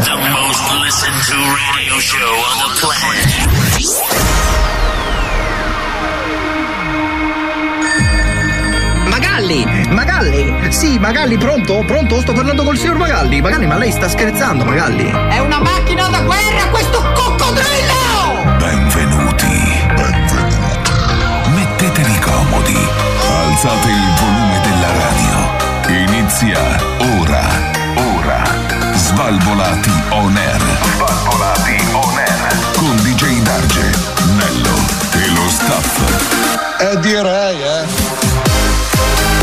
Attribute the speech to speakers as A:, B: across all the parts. A: most listened to radio show on the planet.
B: Magalli! Magalli! Sì, Magalli, pronto? Pronto? Sto parlando col signor Magalli! Magalli, ma lei sta scherzando, Magalli!
C: È una macchina da guerra questo coccodrillo!
D: Benvenuti! Benvenuti! Mettetevi comodi! Alzate il volume della radio! Inizia ora! Ora! Svalvolati on air! Svalvolati on air! Con DJ Darge, Nello e lo staff!
E: Eh direi, eh!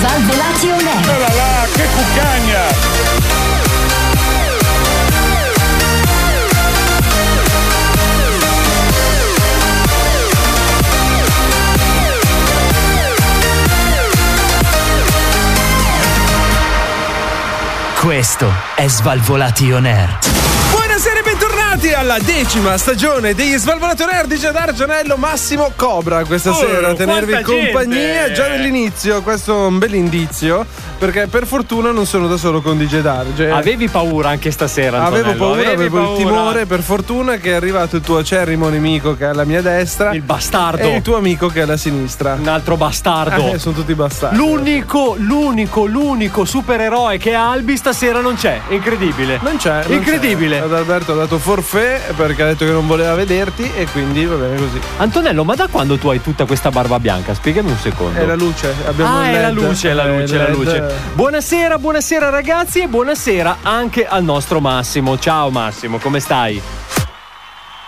F: Svalvolati on air.
G: Oh là là, che cuccagna!
H: Questo è Svalvolati on air.
I: Buonasera e bentornati alla decima stagione degli Svalvolatori Air di Giadar Gianello Massimo Cobra questa
J: Oh,
I: sera a tenervi
J: quanta gente!
I: compagnia già dall'inizio, questo è un bel indizio perché per fortuna non sono da solo con DJ Darge.
J: Avevi paura anche stasera, Antonello.
I: Cioè, Avevo paura,
J: Avevi
I: avevo il
J: paura.
I: timore, per fortuna che è arrivato il tuo acerrimo nemico che è alla mia destra. Il
J: bastardo.
I: E il tuo amico che è alla sinistra. Un
J: altro bastardo.
I: Eh, sono tutti bastardi.
J: L'unico, l'unico, l'unico supereroe che è Albi stasera non c'è. Incredibile.
I: Non c'è. non
J: Incredibile.
I: c'è. Ad Alberto ha dato forfè perché ha detto che non voleva vederti e quindi va bene così.
J: Antonello, ma da quando tu hai tutta questa barba bianca? Spiegami un secondo.
I: È Eh, la luce, abbiamo
J: ah,
I: il
J: è la
I: LED.
J: luce, è la
I: Eh,
J: luce, è
I: il
J: la
I: LED.
J: luce. Buonasera, buonasera ragazzi e buonasera anche al nostro Massimo. Ciao Massimo, come stai?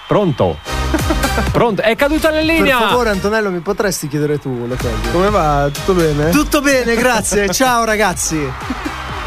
J: Pronto? Pronto? È caduta la linea.
K: Per favore, Antonello, mi potresti chiedere tu le cose?
I: Come va? Tutto bene?
K: Tutto bene, grazie. Ciao ragazzi.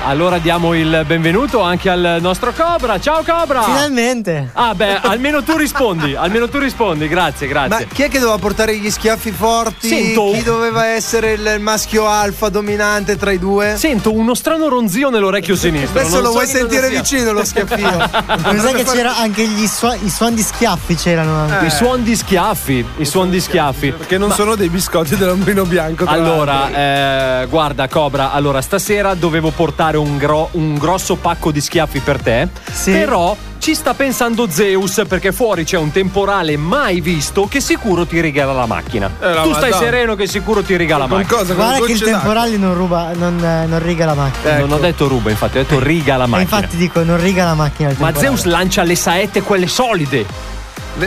J: Allora diamo il benvenuto anche al nostro Cobra. Ciao Cobra!
K: Finalmente.
J: Ah beh, almeno tu rispondi, almeno tu rispondi, grazie,
K: Ma
J: grazie.
K: chi è che doveva portare gli schiaffi forti?
J: Sento-
K: Chi doveva essere il maschio alfa dominante tra i due?
J: Sento uno strano ronzio nell'orecchio sinistro.
K: Adesso
J: non
K: lo
J: so
K: vuoi
J: chi cosa
K: sentire
J: sia.
K: vicino lo schiaffino.
I: Ah.
L: Non sai che c'era anche gli suon- i suoni di schiaffi c'erano.
J: I suon di schiaffi, i suon di schiaffi.
I: Che non sono dei biscotti dell'ombrino bianco. tra l'altro.
J: Allora, eh, guarda Cobra, allora stasera dovevo portare un, gro- un grosso pacco di schiaffi per te, però ci sta pensando Zeus perché fuori c'è un temporale mai visto che sicuro ti regala la macchina.
I: Eh, la
J: tu stai
I: Madonna.
J: sereno che sicuro ti regala la
I: Con
J: macchina.
I: cosa?
L: Guarda che il
J: temporale
L: temporale non ruba, non, eh, non riga la macchina.
J: Non ho detto ruba, infatti, ho detto riga la
L: E
J: macchina.
L: infatti dico, non riga la macchina. il
J: Ma
L: temporale.
J: Zeus lancia le saette quelle solide.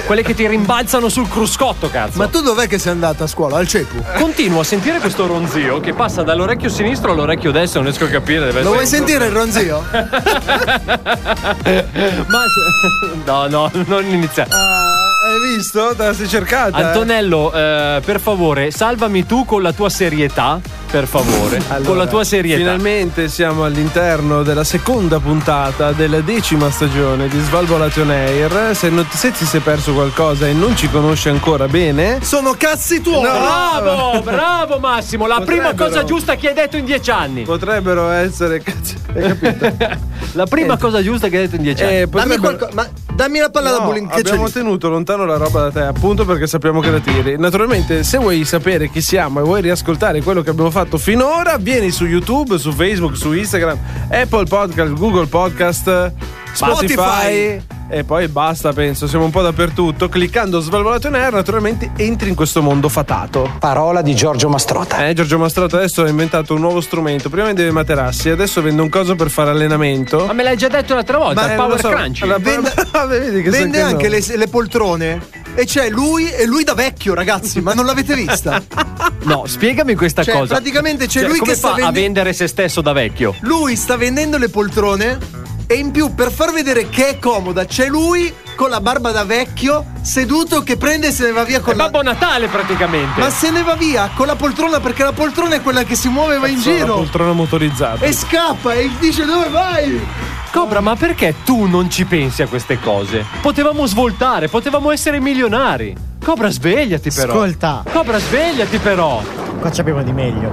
J: Quelle che ti rimbalzano sul cruscotto, cazzo.
K: Ma tu dov'è che sei andato a scuola? Al cepu.
J: Continuo a sentire questo ronzio che passa dall'orecchio sinistro all'orecchio destro, non riesco a capire. Deve
K: Lo vuoi
J: essere un
K: sentire il ronzio?
J: problema. Ma se- no, no, non
K: Eh.
J: iniziare.
I: Ah, Hai visto? Te la sei cercata. eh?
J: Antonello, eh, per favore, salvami tu con la tua serietà, per favore. con la tua serietà.
I: Finalmente siamo all'interno della seconda puntata della decima stagione di Svalvolation Air. Se, non- se ti sei perso qualcosa e non ci conosci ancora bene,
K: sono cazzi tuoi!
J: Bravo, bravo Massimo, la prima
I: Potrebbero.
J: cosa giusta che hai detto in dieci anni.
I: Potrebbero essere cazzi. Eh, Hai capito?
J: La prima cosa giusta che hai detto in dieci anni.
I: Eh, potrebbero-
K: ma dammi la palla da
I: No,
K: bowling che c'è
I: abbiamo
K: lì.
I: tenuto lontano la roba da te appunto perché sappiamo che la tiri naturalmente se vuoi sapere chi siamo e vuoi riascoltare quello che abbiamo fatto finora vieni su youtube su facebook su instagram apple podcast google podcast spotify,
K: Spotify.
I: e poi basta penso siamo un po' dappertutto cliccando svalvolato in air naturalmente entri in questo mondo fatato
M: Parola di Giorgio Mastrota.
I: eh, Giorgio Mastrota adesso ha inventato un nuovo strumento. Prima vendeva i materassi, adesso vende un coso per fare allenamento.
J: Ma me l'hai già detto l'altra volta, il
I: eh,
J: power
I: lo so,
J: crunch.
I: la-
K: Vende-
I: vedi che
K: Vende
I: so che
K: anche
I: no.
K: le, le poltrone. E c'è lui e lui da vecchio, ragazzi, ma non l'avete vista.
J: No, spiegami questa
K: Cioè,
J: cosa.
K: praticamente c'è lui
J: come
K: che sta
J: fa a
K: vendi-
J: vendere se stesso da vecchio.
K: Lui sta vendendo le poltrone e in più per far vedere che è comoda c'è lui con la barba da vecchio seduto che prende e se ne va via
J: È
K: con la...
J: Eh, Babbo Natale praticamente.
K: Ma se ne va via con la poltrona perché la poltrona è quella che si muove e va in
I: Sono una
K: giro
I: poltrona motorizzata.
K: e scappa e dice dove vai?
J: Cobra, ma perché tu non ci pensi a queste cose? Potevamo svoltare, potevamo essere milionari. Cobra, svegliati però.
L: Ascolta.
J: Cobra, svegliati però.
L: Qua c'abbiamo di meglio.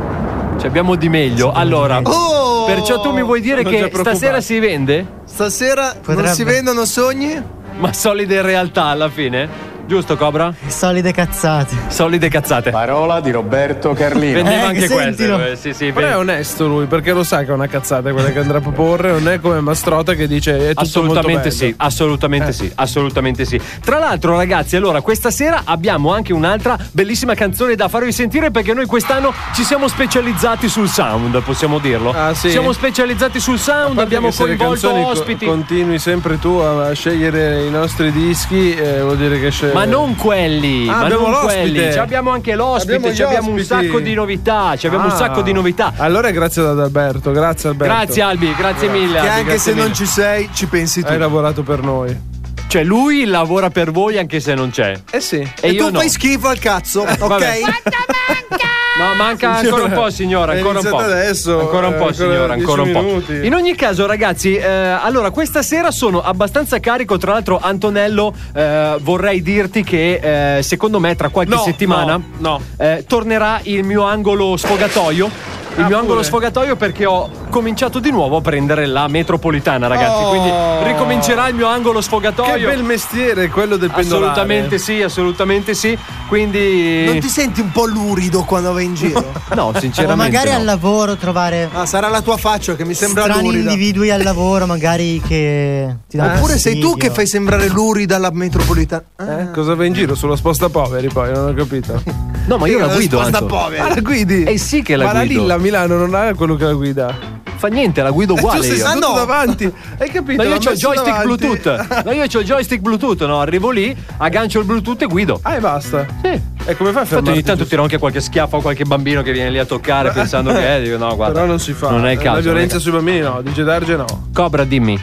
J: Ci abbiamo di meglio. Allora,
K: Oh!
J: perciò tu mi vuoi dire
I: Sono già
J: che
I: preoccupato.
J: stasera si vende?
K: Stasera non
L: Potrebbe.
K: si vendono sogni?
J: ma solide in realtà alla fine. Giusto, Cobra?
L: Solide cazzate.
J: Solide cazzate.
N: Parola di Roberto Carlino.
J: Vendeva eh, anche questo. Eh, sì, sì,
C: Però è onesto lui, perché lo sa che è una cazzata quella che andrà a proporre, non è come Mastrota che
I: "Eh,
C: dice
J: assolutamente sì, assolutamente eh. sì, assolutamente sì. Tra l'altro, ragazzi, allora questa sera abbiamo anche un'altra bellissima canzone da farvi sentire perché noi quest'anno ci siamo specializzati sul sound, possiamo dirlo?
C: Ah, sì.
J: Siamo specializzati sul sound, abbiamo coinvolto ospiti.
C: Co- continui sempre tu a, a scegliere i nostri dischi, eh, vuol dire che scegli
J: ma non quelli,
C: ah,
J: ma
C: non l'ospite.
J: quelli. Ci abbiamo anche l'ospite, abbiamo, ci abbiamo un sacco di novità, ci abbiamo ah. un sacco di novità.
C: Allora grazie ad Alberto, grazie Alberto.
J: Grazie Albi, grazie, grazie. mille.
I: Che anche
J: grazie
I: se
J: mille.
I: non ci sei, ci pensi tu.
C: Hai lavorato per noi.
J: Cioè, lui lavora per voi anche se non c'è.
C: Eh sì.
I: E, e tu no. fai schifo al cazzo, eh, ok? Quanto
J: manca? No, manca ancora un po', signora. Ancora un po'.
C: Adesso,
J: ancora un po', signora. Ancora un po'. Minuti. In ogni caso, ragazzi, eh, allora questa sera sono abbastanza carico. Tra l'altro, Antonello, eh, vorrei dirti che eh, secondo me tra qualche
C: no,
J: settimana
C: no,
J: no. tornerà il mio angolo sfogatoio il ah, mio angolo pure. sfogatoio perché ho cominciato di nuovo a prendere la metropolitana, ragazzi. Oh. Quindi ricomincerà il mio angolo sfogatoio.
C: Che bel mestiere quello del pendolare.
J: Assolutamente sì, assolutamente sì. Quindi
I: Non ti senti un po' lurido quando vai in giro?
J: no, sinceramente. O
L: magari
J: no.
L: al lavoro trovare
I: ah, sarà la tua faccia che mi sembra
L: strani
I: lurida.
L: individui al lavoro magari che ti danno
I: eh? Oppure sei tu che fai sembrare lurida la metropolitana.
C: Ah. Eh? Cosa vai in giro sulla sposta poveri poi, non ho capito.
J: No, ma io,
C: Eh,
J: io la guido.
I: Sposta poveri.
C: Ma la guidi?
J: Eh sì che la
C: ma
J: guido.
C: Ma la Lilla Milano non ha quello che la guida.
J: Fa niente, la guido uguale.
C: Eh, tu sei
J: io.
C: no. davanti. Hai capito?
J: No, io ho il joystick davanti. Bluetooth. No, io ho il joystick Bluetooth, no? Arrivo lì, aggancio il Bluetooth e guido.
C: Ah, e basta.
J: Sì.
C: E come fai a
J: fermarti? Ogni tanto tiro anche qualche schiaffo a qualche bambino che viene lì a toccare pensando che è. Dico, no, guarda.
C: Però non si fa.
J: Non è il caso.
C: La violenza
J: è...
C: sui bambini no, di Gedarge no.
J: Cobra, dimmi.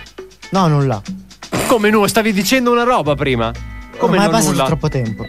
L: No, nulla.
J: Come no? Stavi dicendo una roba prima. Come
L: Ormai è
J: passato
L: nulla. troppo tempo.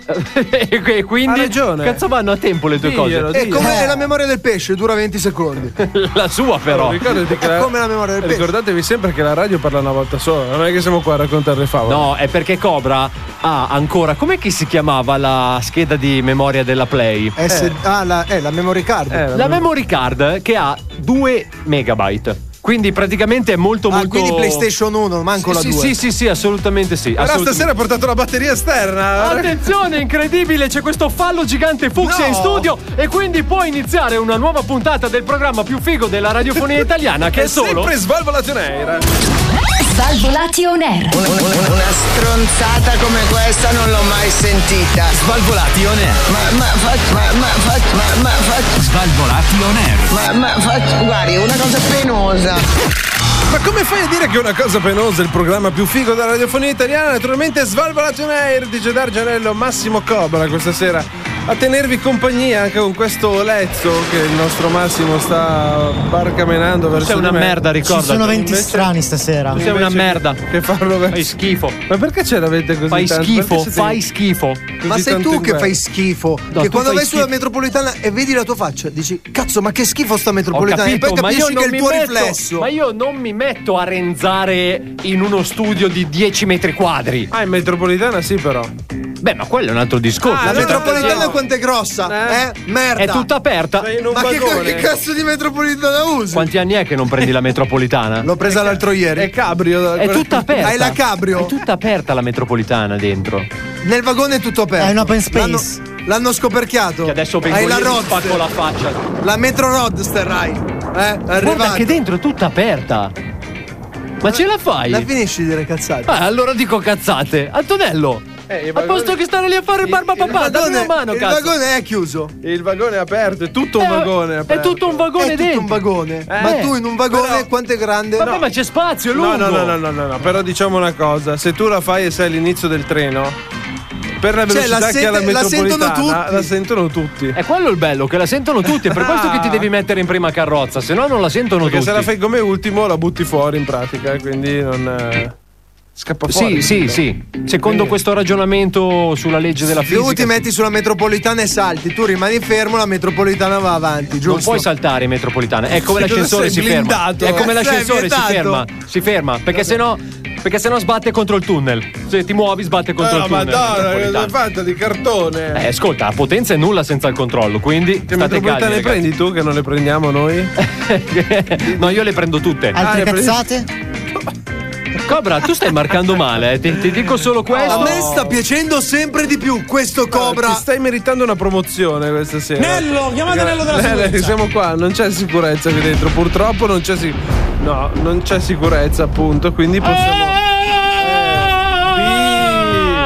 J: e quindi.
C: Ha ragione.
J: Cazzo vanno a tempo le tue
I: Diglielo,
J: cose.
I: È come eh. la memoria del pesce, dura 20 secondi.
J: la sua, però.
C: Allora,
I: è la... come la memoria del pesce.
C: Ricordatevi sempre che la radio parla una volta sola, non è che siamo qua a raccontare le favole.
J: No, è perché Cobra ha ancora. Com'è che si chiamava la scheda di memoria della Play?
I: Eh. S- ah, la, eh, la memory card. Eh,
J: la, la memory card che ha 2 megabyte. Quindi praticamente è molto
I: ah,
J: molto.
I: Quindi PlayStation 1, manco
J: sì,
I: la
J: sì,
I: 2.
J: Sì, sì, sì, assolutamente sì.
C: Però
J: assolutamente.
C: stasera ha portato la batteria esterna.
J: Attenzione, incredibile! C'è questo fallo gigante Fuxia
I: No.
J: in studio. E quindi può iniziare una nuova puntata del programma più figo della radiofonia italiana, che è,
C: è
J: solo.
C: Sempre Svalvolation Air.
O: Svalvolation Air.
P: Una, una, una stronzata come questa non l'ho mai sentita.
Q: Svalvolation Air.
P: Ma, ma, fac, ma, ma, fac, ma, ma, fac.
Q: Svalvolation Air.
P: Ma, ma, fac, guardi, una cosa penosa.
C: Ma come fai a dire che è una cosa penosa il programma più figo della radiofonia italiana? Naturalmente Svalvolation Air di Gedar Gianello Massimo Cobra questa sera a tenervi compagnia anche con questo lezzo che il nostro Massimo sta barcamenando verso
J: Sei Cioè, una
C: di me.
J: merda, ricorda.
L: Ci sono 20 strani stasera.
J: Tu sei una
C: Invece
J: merda.
C: Che farlo verso...
J: Fai schifo.
C: Ma perché ce l'avete così
J: Fai
C: tanto?
J: schifo,
C: Perché siete
J: fai schifo.
C: così
I: Ma sei
C: tanto
I: tu
C: in
I: che
C: guerra?
I: fai schifo.
J: No,
I: che
J: tu
I: quando
J: fai
I: vai sulla
J: schifo.
I: metropolitana e vedi la tua faccia, dici cazzo, ma che schifo sta
J: Ho
I: metropolitana.
J: capito,
I: e poi
J: ma
I: capisci
J: io,
I: che
J: non
I: è il
J: mi
I: tuo
J: metto,
I: riflesso.
J: ma io non mi metto a renzare in uno studio di 10 metri quadri.
C: Ah, in metropolitana sì però.
J: Beh, ma quello è un altro discorso.
I: La
C: allora
I: metropolitana
C: no.
I: quanto è grossa?
C: Eh?
I: Eh?
J: diciamo,
I: Merda.
J: è tutta aperta.
C: Sei in un
I: Ma che,
C: vagone.
I: che cazzo di metropolitana usi?
J: Quanti anni è che non prendi la metropolitana?
I: L'ho presa l'altro ieri.
C: È cabrio.
J: È tutta aperta.
I: Hai la cabrio?
J: È tutta aperta la metropolitana dentro. Che
I: Nel vagone è tutto aperto.
L: È un open space.
I: L'hanno, l'hanno scoperchiato.
J: adesso vengo
I: Hai
J: io
I: la
J: e ti spacco
I: Rodster.
J: la faccia.
I: La metro Rodster hai. Eh?
J: Guarda
I: Arrivati.
J: che dentro è tutta aperta. Ma ce la fai?
I: La finisci di dire cazzate.
J: Ah, allora dico cazzate. Antonello,
C: Eh, i
J: a posto
C: vagoni-
J: che stare lì a fare
C: i-
J: il barba
C: il
J: papà, dammi una mano,
I: il
J: cazzo.
I: vagone è chiuso.
C: Il vagone è aperto, è tutto
J: Eh,
C: un vagone
J: è
C: aperto.
J: tutto un vagone
I: è tutto
J: dentro.
I: un vagone.
J: Eh.
I: Ma tu in un vagone
C: Però-
I: quanto è grande?
J: Vabbè, ma c'è spazio, è lungo.
C: No, no, no, no, no, no, no, però diciamo una cosa, se tu la fai e sei all'inizio del treno, per la
I: Cioè,
C: velocità
I: la
C: che ha la
I: sente- la
C: metropolitana,
I: sentono tutti.
C: la sentono tutti. Eh,
J: È quello il bello, che la sentono tutti. È per questo che ti devi mettere in prima carrozza, se no non la sentono
C: Ah. Perché
J: tutti.
C: se la fai come ultimo la butti fuori in pratica, e quindi non eh, scappa
J: Sì,
C: fuori.
J: sì,
C: capito?
J: sì. Secondo
C: Quindi-
J: questo ragionamento sulla legge della fisica,
I: Tu ti metti sulla metropolitana e salti, tu rimani fermo, la metropolitana va avanti, giusto?
J: non puoi saltare in metropolitana. È come
I: Sì,
J: l'ascensore si
I: sei
J: ferma.
I: blindato.
J: È come
I: Eh,
J: l'ascensore
I: sei
J: si
I: vietato.
J: ferma. Si ferma, perché sennò perché sennò sbatte contro il tunnel. Se ti muovi sbatte contro
C: Eh,
J: il
C: ma
J: tunnel.
C: Madonna, che cosa
J: metropolitana.
C: è fatta di cartone?
J: Eh, ascolta, la potenza è nulla senza il controllo, quindi
C: che
J: state
C: metropolitane
J: calmi.
C: prendi tu che non le prendiamo noi?
J: ragazzi. no, io le prendo tutte.
L: Altre
C: Ah, le presi-
L: cazzate?
J: Cobra, tu stai marcando male, eh. ti, ti dico solo questo.
K: A me sta piacendo sempre di più questo Cobra.
I: ti stai meritando una promozione questa sera.
K: Nello, chiamate Nello della
I: sicurezza. siamo qua, non c'è sicurezza qui dentro, purtroppo non c'è sicurezza. No, non c'è sicurezza, appunto, quindi possiamo.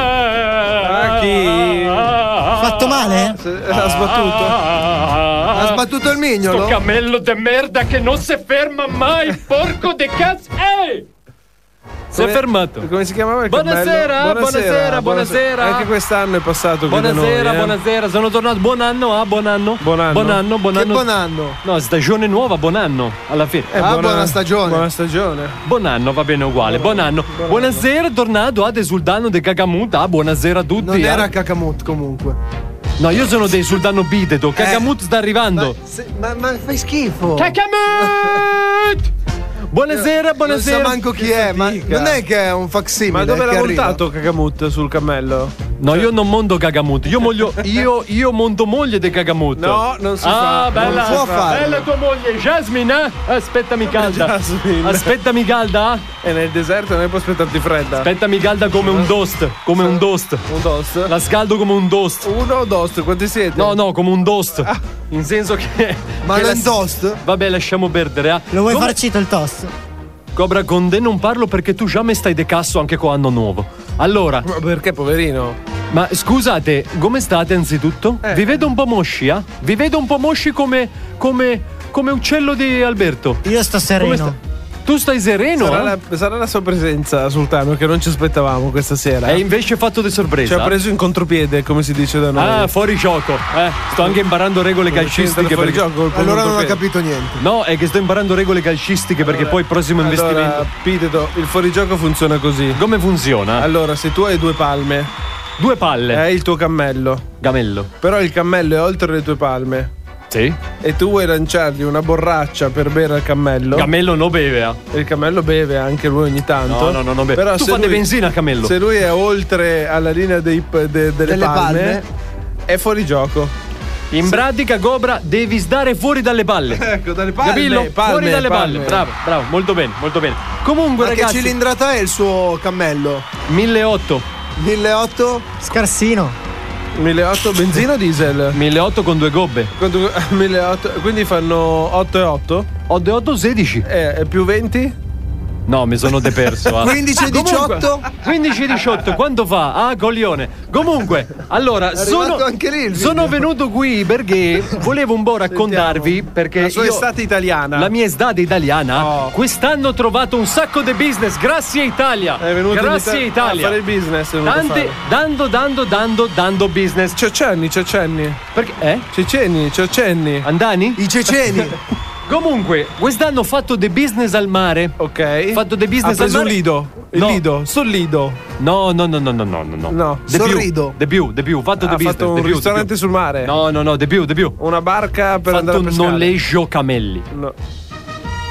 I: Eh, sì.
L: Ah, chi? Fatto male?
C: Ah.
I: Ha sbattuto?
K: Ha sbattuto il mignolo?
J: Sto cammello de merda che non si ferma mai, porco de cazzo! Ehi! Si è
I: Come-
J: fermato.
I: Come si chiamava il
J: Buonasera,
I: cammello?
J: buonasera, buonasera.
I: Anche quest'anno è passato qui da
J: Buonasera,
I: noi, eh.
J: buonasera, sono tornato. Buon anno, ah, buon anno.
I: Buon anno.
J: Buon anno, buon
K: Che
J: anno.
K: buon anno.
J: No, stagione nuova, buon anno. Alla fine.
K: Eh, Ah, buona- buona stagione.
I: Buona stagione.
J: Buon anno, va bene uguale. Buon anno. Buonasera, tornato ad Esultano de Gagamut. Ah, buonasera a tutti.
K: Non
J: ah.
K: era Kakamut comunque.
J: No, io sono de Esultano
I: Eh.
J: Bidedo. Gagamut sta arrivando.
K: Se- ma, ma fai schifo.
J: Gagamut! Buonasera, buonasera.
K: Non sa manco chi è, ma non è che è un facsimile.
I: Ma dove
K: che
I: l'ha
K: arriva.
I: montato Kakamut sul cammello?
J: No, io non mondo Gagamut. Io, moglio, io, io mondo moglie de Gagamut.
I: No, non si
J: ah,
I: fa.
J: Bella,
K: Non si può farlo.
J: bella tua moglie, Jasmine. eh? Aspettami calda.
I: Jasmine.
J: Aspettami calda. eh?
I: E nel deserto non puoi aspettarti fredda.
J: Aspettami calda come un dost. Come un dost.
I: Un dost?
J: La scaldo come un dost.
I: Uno o dost? Quanti siete?
J: No, no, come un dost.
I: Ah.
J: In senso che.
K: Ma non
J: che la-
K: è un toast?
J: Vabbè, lasciamo perdere. ah.
L: Lo vuoi
J: Come-
L: farcito il toast?
J: Cobra con te non parlo perché tu già mi stai de casso anche con anno nuovo. Allora,
I: Ma perché, poverino?
J: Ma scusate, come state anzitutto?
I: Eh.
J: Vi vedo un po' mosci, eh? Vi vedo un po' mosci come. come. come uccello di Alberto.
L: Io sto
J: Come
L: sereno.
J: sta- Tu stai sereno?
I: Sarà,
J: eh?
I: la, sarà la sua presenza, Sultano, che non ci aspettavamo questa sera.
J: E Eh? invece fatto di
I: Ci
J: sorpresa.
I: ha preso in contropiede, come si dice da noi.
J: Ah, fuori gioco. Eh, sto anche imparando regole calcistiche.
I: Calcistiche fuori
J: perché-
I: gioco. col
K: Allora non ho
I: contropiede.
K: capito niente.
J: No, è che sto imparando regole calcistiche perché poi il prossimo
I: Allora,
J: investimento.
I: Pideto, il fuorigioco funziona così.
J: Come funziona?
I: Allora, se tu hai due palme,
J: Due palle.
I: è
K: Eh.
I: il tuo cammello.
J: Gamello.
I: Però il cammello è oltre le tue palme.
J: Sì.
I: E tu vuoi lanciargli una borraccia per bere al cammello.
J: Gamello non beve. eh.
I: E il cammello beve anche lui ogni tanto.
J: No, no, no, non beve.
I: Però
J: Tu
I: se
J: fate
I: lui-
J: benzina, cammello.
I: Se lui è oltre alla linea dei p- de- delle,
K: Delle
I: palme,
K: palme.
I: è fuori gioco.
J: In pratica, Cobra, devi stare fuori dalle palle.
I: Ecco, dalle palme.
J: Capillo?
I: palme,
J: fuori dalle palle.
I: palme.
J: Bravo, bravo, molto bene, molto bene. Comunque,
K: Ma
J: ragazzi,
K: che cilindrata è il suo cammello?
J: 1008.
K: 1800?
L: Scarsino.
I: 1.800 benzina o diesel?
J: 1008 con due gobbe.
I: Quanto- 1.800, quindi fanno 8 e 8?
J: 8 16.
I: Eh, e più 20?
J: No, mi sono deperso. ah.
K: 15 e 18?
J: 15 18, quanto fa? Ah, coglione. Comunque, allora, sono,
K: arrivato anche lì il video.
J: sono venuto qui perché volevo un po' raccontarvi perché
I: La sua
J: io-
I: estate italiana.
J: La mia estate italiana,
I: Oh.
J: quest'anno ho trovato un sacco di business, grazie Italia.
I: È venuto in
J: grazie
I: Ita-
J: Italia.
I: a fare il business, è venuto a
J: Tante,
I: fare.
J: dando, dando, dando, dando business.
I: Ciocenni, Ciocenni.
J: Perché? Eh?
I: Ceceni, Ciocenni.
J: Andani?
K: I ceceni?
J: Comunque, quest'anno ho fatto dei business al mare.
I: Ok.
J: Fatto dei business
I: Ha preso
J: al mare.
I: un lido. Il
J: No.
I: lido, sul lido.
J: No, no, no, no, no, no, no.
I: No.
J: De più,
K: Sorrido.
J: De più, de più. Ho fatto
I: Ha
J: dei business.
I: fatto
J: de
I: un
J: più, de
I: ristorante
J: più.
I: sul mare.
J: No, no, no, de più, de più.
I: Una barca per
J: Ho
I: andare
J: fatto
I: a
J: un
I: pescare.
J: noleggio camelli.
I: No.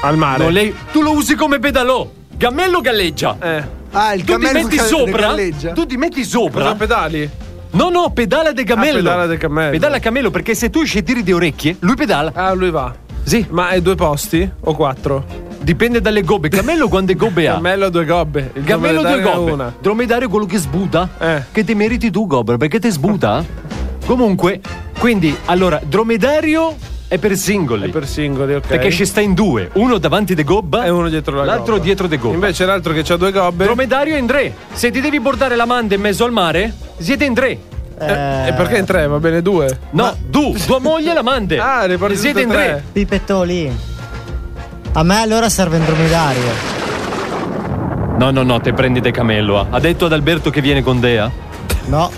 I: Al mare.
J: Nole- Tu lo usi come pedalò. Gammello galleggia.
I: Eh.
K: Ah, il
J: tu ti
K: cammello
J: metti
K: che
J: sopra.
K: galleggia?
J: Tu ti metti
I: Cosa
J: sopra.
I: pedali?
J: no, no, pedala de cammello.
I: Ah, pedala de cammello.
J: Pedala cammello perché se tu ci tiri di orecchie, lui pedala.
I: Ah, lui va.
J: Sì,
I: Ma è due posti o quattro?
J: dipende dalle gobbe. Cammello quante gobbe ha?
I: Cammello due gobbe. Il
J: Cammello due
I: dromedario
J: gobbe.
I: Una.
J: Dromedario quello che sbuta.
I: Eh.
J: Che ti meriti tu, Gobber, perché ti sbuta. Comunque, quindi, allora, dromedario è per singoli.
I: E Eh, per singoli, ok.
J: Perché ci sta in due, uno davanti de gobba
I: E uno dietro la
J: l'altro
I: gobba.
J: dietro de gobba.
I: Invece l'altro che ha due gobbe.
J: dromedario è in tre. Se ti devi portare la manda in mezzo al mare, siete in tre.
I: Eh, E perché in tre? Va bene due.
J: No, tu, tua moglie e la mande.
I: Ah, le porti
J: siete
I: tutte e
J: in
I: tre.
J: tre.
L: Pipettoli. A me allora serve un dromedario.
J: No, no, no, te prendi de camello. ah. Ha detto ad Alberto che viene con Dea.
L: No.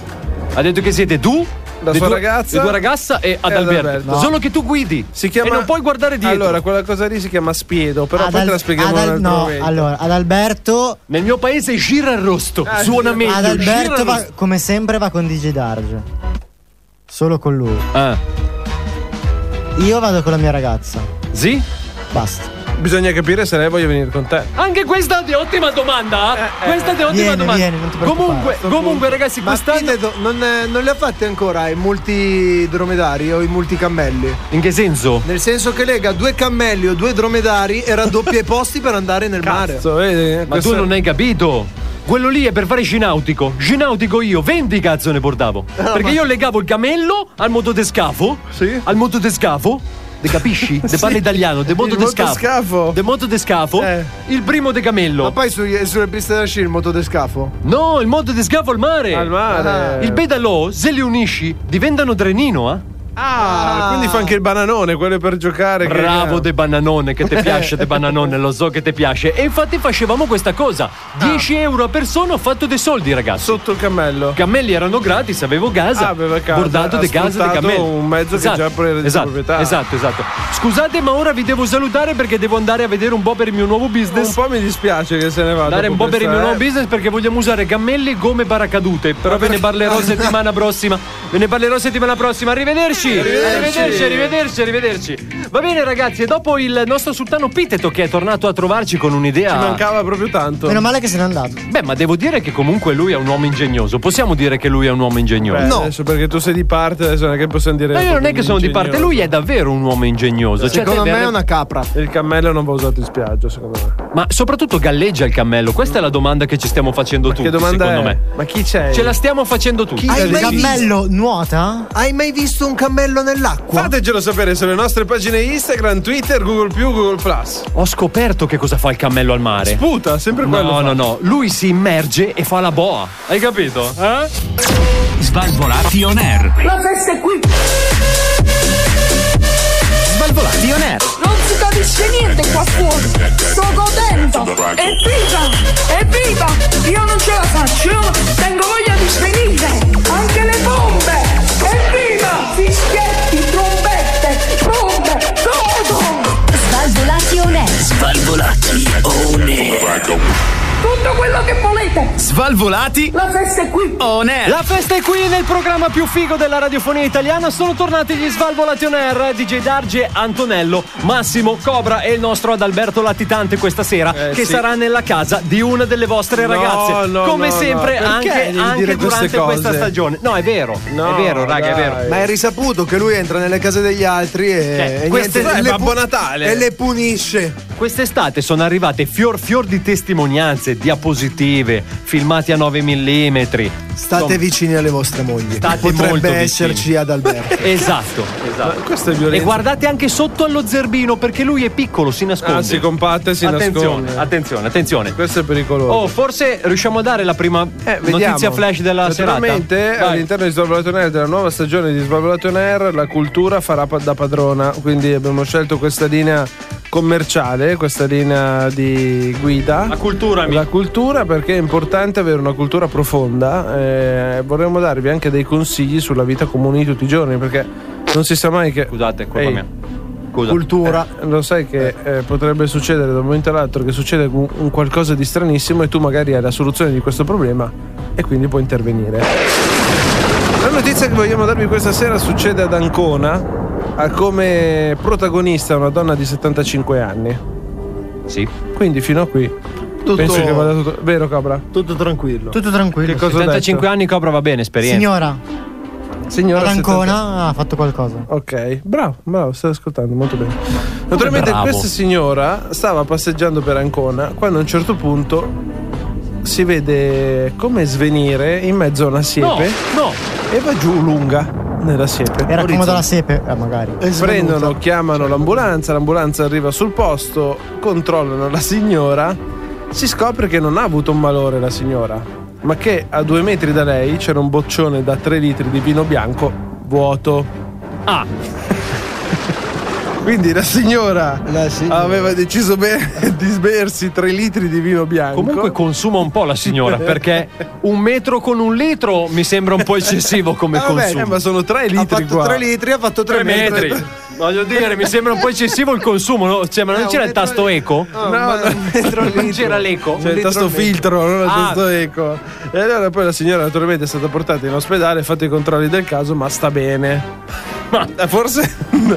J: Ha detto che siete tu,
I: La
J: le
I: sua
J: tue-
I: ragazza
J: le tue ragazza e ad
I: e ad
J: Alberto.
I: Alberto. No.
J: Solo che tu guidi.
I: Si chiama...
J: E non puoi guardare dietro.
I: Allora, quella cosa lì si chiama spiedo, però
L: Ad
I: poi te
L: Al-
I: la spieghiamo
L: ad Al-
I: un altro
L: No,
I: momento.
L: allora, ad Alberto.
J: Nel mio paese gira il rosto,
I: Ah,
J: suona
I: sì.
J: meglio.
L: Ad
J: gira
L: Alberto
J: il
L: va,
J: rosto.
L: come sempre va con DJ Darge. Solo con lui.
J: Ah,
L: Io vado con la mia ragazza.
J: sì?
L: Basta.
I: bisogna capire se lei voglia venire con te.
J: Anche questa è ottima domanda. Eh, eh. Questa è ottima
L: viene,
J: domanda.
L: Viene,
J: comunque, comunque ragazzi,
K: Ma
J: quest'anno.
K: Pitedo non, eh, non li ha fatti ancora i multi dromedari o i multi cammelli?
J: In che senso?
K: Nel senso che lega due cammelli o due dromedari e raddoppia i posti per andare nel
I: Cazzo,
K: mare.
I: vedi?
J: Ma
I: Questo-
J: tu non hai capito. Quello lì è per fare scinautico. Scinautico io, 20 cazzo ne portavo. Perché io legavo il camello al motodescafo.
I: Eh, Sì.
J: Al motodescafo. De capisci? De parla italiano, de motodescafo.
I: motoscafo.
J: De motodescafo.
K: Eh.
J: Il primo de camello.
K: Ma poi sugli- sulle piste da sci il motodescafo?
J: No, il motodescafo al mare.
I: Al mare.
J: Il pedalò, se li unisci, diventano drenino, eh?
I: Ah, quindi fa anche il bananone, quello per giocare. che-
J: Bravo De Bananone, che ti piace De Bananone, lo so che ti piace. E infatti facevamo questa cosa:
I: Ah.
J: 10 euro a persona, ho fatto dei soldi, ragazzi.
I: Sotto il cammello.
J: I cammelli erano gratis, avevo casa.
I: Ah, aveva casa,
J: Bordato
I: ha
J: di casa di
I: sfruttato
J: cammelli.
I: un mezzo che già poi era di
J: esatto,
I: proprietà.
J: Esatto, esatto. Scusate, ma ora vi devo salutare perché devo andare a vedere un po' per il mio nuovo
I: Un
J: business.
I: po' mi dispiace che se ne vada.
J: Andare un po'
I: dopo
J: per il mio
I: questa,
J: nuovo
I: eh.
J: business perché vogliamo usare cammelli come paracadute. Però ve ne parlerò settimana prossima. Ve ne parlerò settimana prossima. Arrivederci.
I: Arrivederci.
J: Arrivederci, arrivederci, arrivederci. Va bene, ragazzi. E dopo il nostro sultano Piteto che è tornato a trovarci con un'idea.
I: Ci mancava proprio tanto.
L: Meno male che se n'è andato.
J: Beh, ma devo dire che comunque lui è un uomo ingegnoso. Possiamo dire che lui è un uomo ingegnoso.
I: Beh, Adesso perché tu sei di parte, adesso non è che possiamo dire.
J: Ma io non è che sono di parte,
I: ingegnoso.
J: lui è davvero un uomo ingegnoso. Cioè,
K: Secondo
J: deve-
K: me è una capra.
I: Il cammello non va usato in spiaggia, secondo me.
J: Ma soprattutto galleggia il cammello. Questa è la domanda che ci stiamo facendo tutti,
I: che domanda
J: secondo
I: è?
J: me.
I: Ma chi c'è?
J: Ce la stiamo facendo tutti.
K: Hai
L: Il
K: mai
L: cammello nuota?
K: Hai mai visto un cammello nell'acqua?
I: Fatecelo sapere sulle nostre pagine Instagram, Twitter, Google Google Plus.
J: Ho scoperto che cosa fa il cammello al mare.
I: Puta, sempre quello.
J: No,
I: fa.
J: no, no, lui si immerge e fa la boa. Hai capito? Eh?
R: Svalvolati on air.
C: La festa è qui!
R: Svalvolati on air.
C: Non si capisce niente qua fuori! Sto godendo! Evviva! Evviva! Io non ce la faccio! Io tengo voglia di svenire! Anche le bombe! Evviva! Fischietti, trombette, bombe! Godo!
M: Svalvolati on air.
A: Svalvolati on air.
C: Tutto quello che volete!
R: Svalvolati
C: La festa è qui!
R: on air.
J: La festa è qui nel programma più figo della radiofonia italiana. Sono tornati gli Svalvolati on Air, DJ Darge, Antonello, Massimo, Cobra e il nostro Adalberto Latitante questa sera,
I: Eh,
J: che
I: sì.
J: sarà nella casa di una delle vostre
I: No,
J: ragazze.
I: no,
J: Come
I: no,
J: sempre,
I: no. Perché
J: anche,
I: devi
J: anche
I: dire queste
J: durante
I: cose?
J: questa stagione. No, è vero,
I: No,
J: è vero, raga, è
I: dai.
J: vero.
K: Ma è risaputo che lui entra nelle case degli altri e,
J: Cioè,
K: e
J: queste-
K: niente,
J: eh,
K: le
I: Babbo Natale.
K: e le punisce.
J: Quest'estate sono arrivate fior fior di testimonianze, diapositive, filmati a 9 mm.
K: State vicini alle vostre mogli.
J: State molto
K: Potrebbe
J: vicini.
K: esserci ad Alberto.
J: Esatto, esatto.
I: Questo è
J: E
I: violenza.
J: guardate anche sotto allo zerbino perché lui è piccolo, si nasconde.
I: Ah, si compatte, si
J: attenzione,
I: nasconde.
J: attenzione, attenzione.
I: Questo è pericoloso.
J: Oh, forse riusciamo a dare la prima
I: Eh, vediamo.
J: notizia flash della serata.
I: Naturalmente,
J: Vai.
I: all'interno di Svalvolato Air della nuova stagione di Svalvolato Air la cultura farà pa- da padrona quindi abbiamo scelto questa linea commerciale questa linea di guida
J: La cultura, mi-
I: la cultura perché è importante avere una cultura profonda eh, vorremmo darvi anche dei consigli sulla vita comune di tutti i giorni perché non si sa mai che
J: Scusate, colpa
I: Ehi,
J: mia. Scusa.
K: Cultura.
I: eh, lo sai che eh, potrebbe succedere da un momento all'altro che succede un, un qualcosa di stranissimo e tu magari hai la soluzione di questo problema e quindi puoi intervenire. La notizia che vogliamo darvi questa sera succede ad Ancona, ha come protagonista una donna di 75 anni.
J: Eh, Sì.
I: Quindi fino a qui penso che vada tutto vero Cabra?
K: Tutto tranquillo.
L: Tutto tranquillo.
I: Che cosa ho
J: 75 anni cobra va bene, esperienza.
L: Signora,
I: detto? Signora
L: Arancona
I: 70
L: ha fatto qualcosa.
I: Ok, bravo, bravo, stai ascoltando molto bene. Naturalmente
J: bravo?
I: questa signora stava passeggiando per Ancona quando a un certo punto si vede come svenire in mezzo a una
J: No,
I: siepe
J: no.
I: e va giù lunga nella siepe.
L: Era comoda la sepe? Eh, magari.
I: Prendono, chiamano l'ambulanza, l'ambulanza arriva sul posto, controllano la signora, si scopre che non ha avuto un malore la signora, ma che a due metri da lei c'era un boccione da 3 litri di vino bianco vuoto.
J: Ah,
I: Quindi la signora
K: La signora.
I: aveva deciso bene di sbersi 3 litri di vino bianco.
J: comunque consuma un po' la signora perché un metro con un litro mi sembra un po' eccessivo come
I: Ah, vabbè, eh,
J: consumo.
I: ma sono 3
K: Ha
I: litri
K: fatto
I: qua.
K: 3 litri, ha fatto 3
J: 3 metri. Voglio dire, mi sembra un po' eccessivo il consumo, no? Cioè, ma non
K: Eh,
J: c'era
K: un
J: il
K: metro
J: tasto
K: lì.
J: eco?
K: No, ma- un metro
J: non
K: litro.
J: c'era l'eco?
I: C'è
K: Un
I: Cioè, il
K: litro
I: tasto
K: al mese.
I: filtro, non il
J: Ah.
I: tasto eco. E allora poi la signora naturalmente è stata portata in ospedale, fatti i controlli del caso, ma sta bene. Ma forse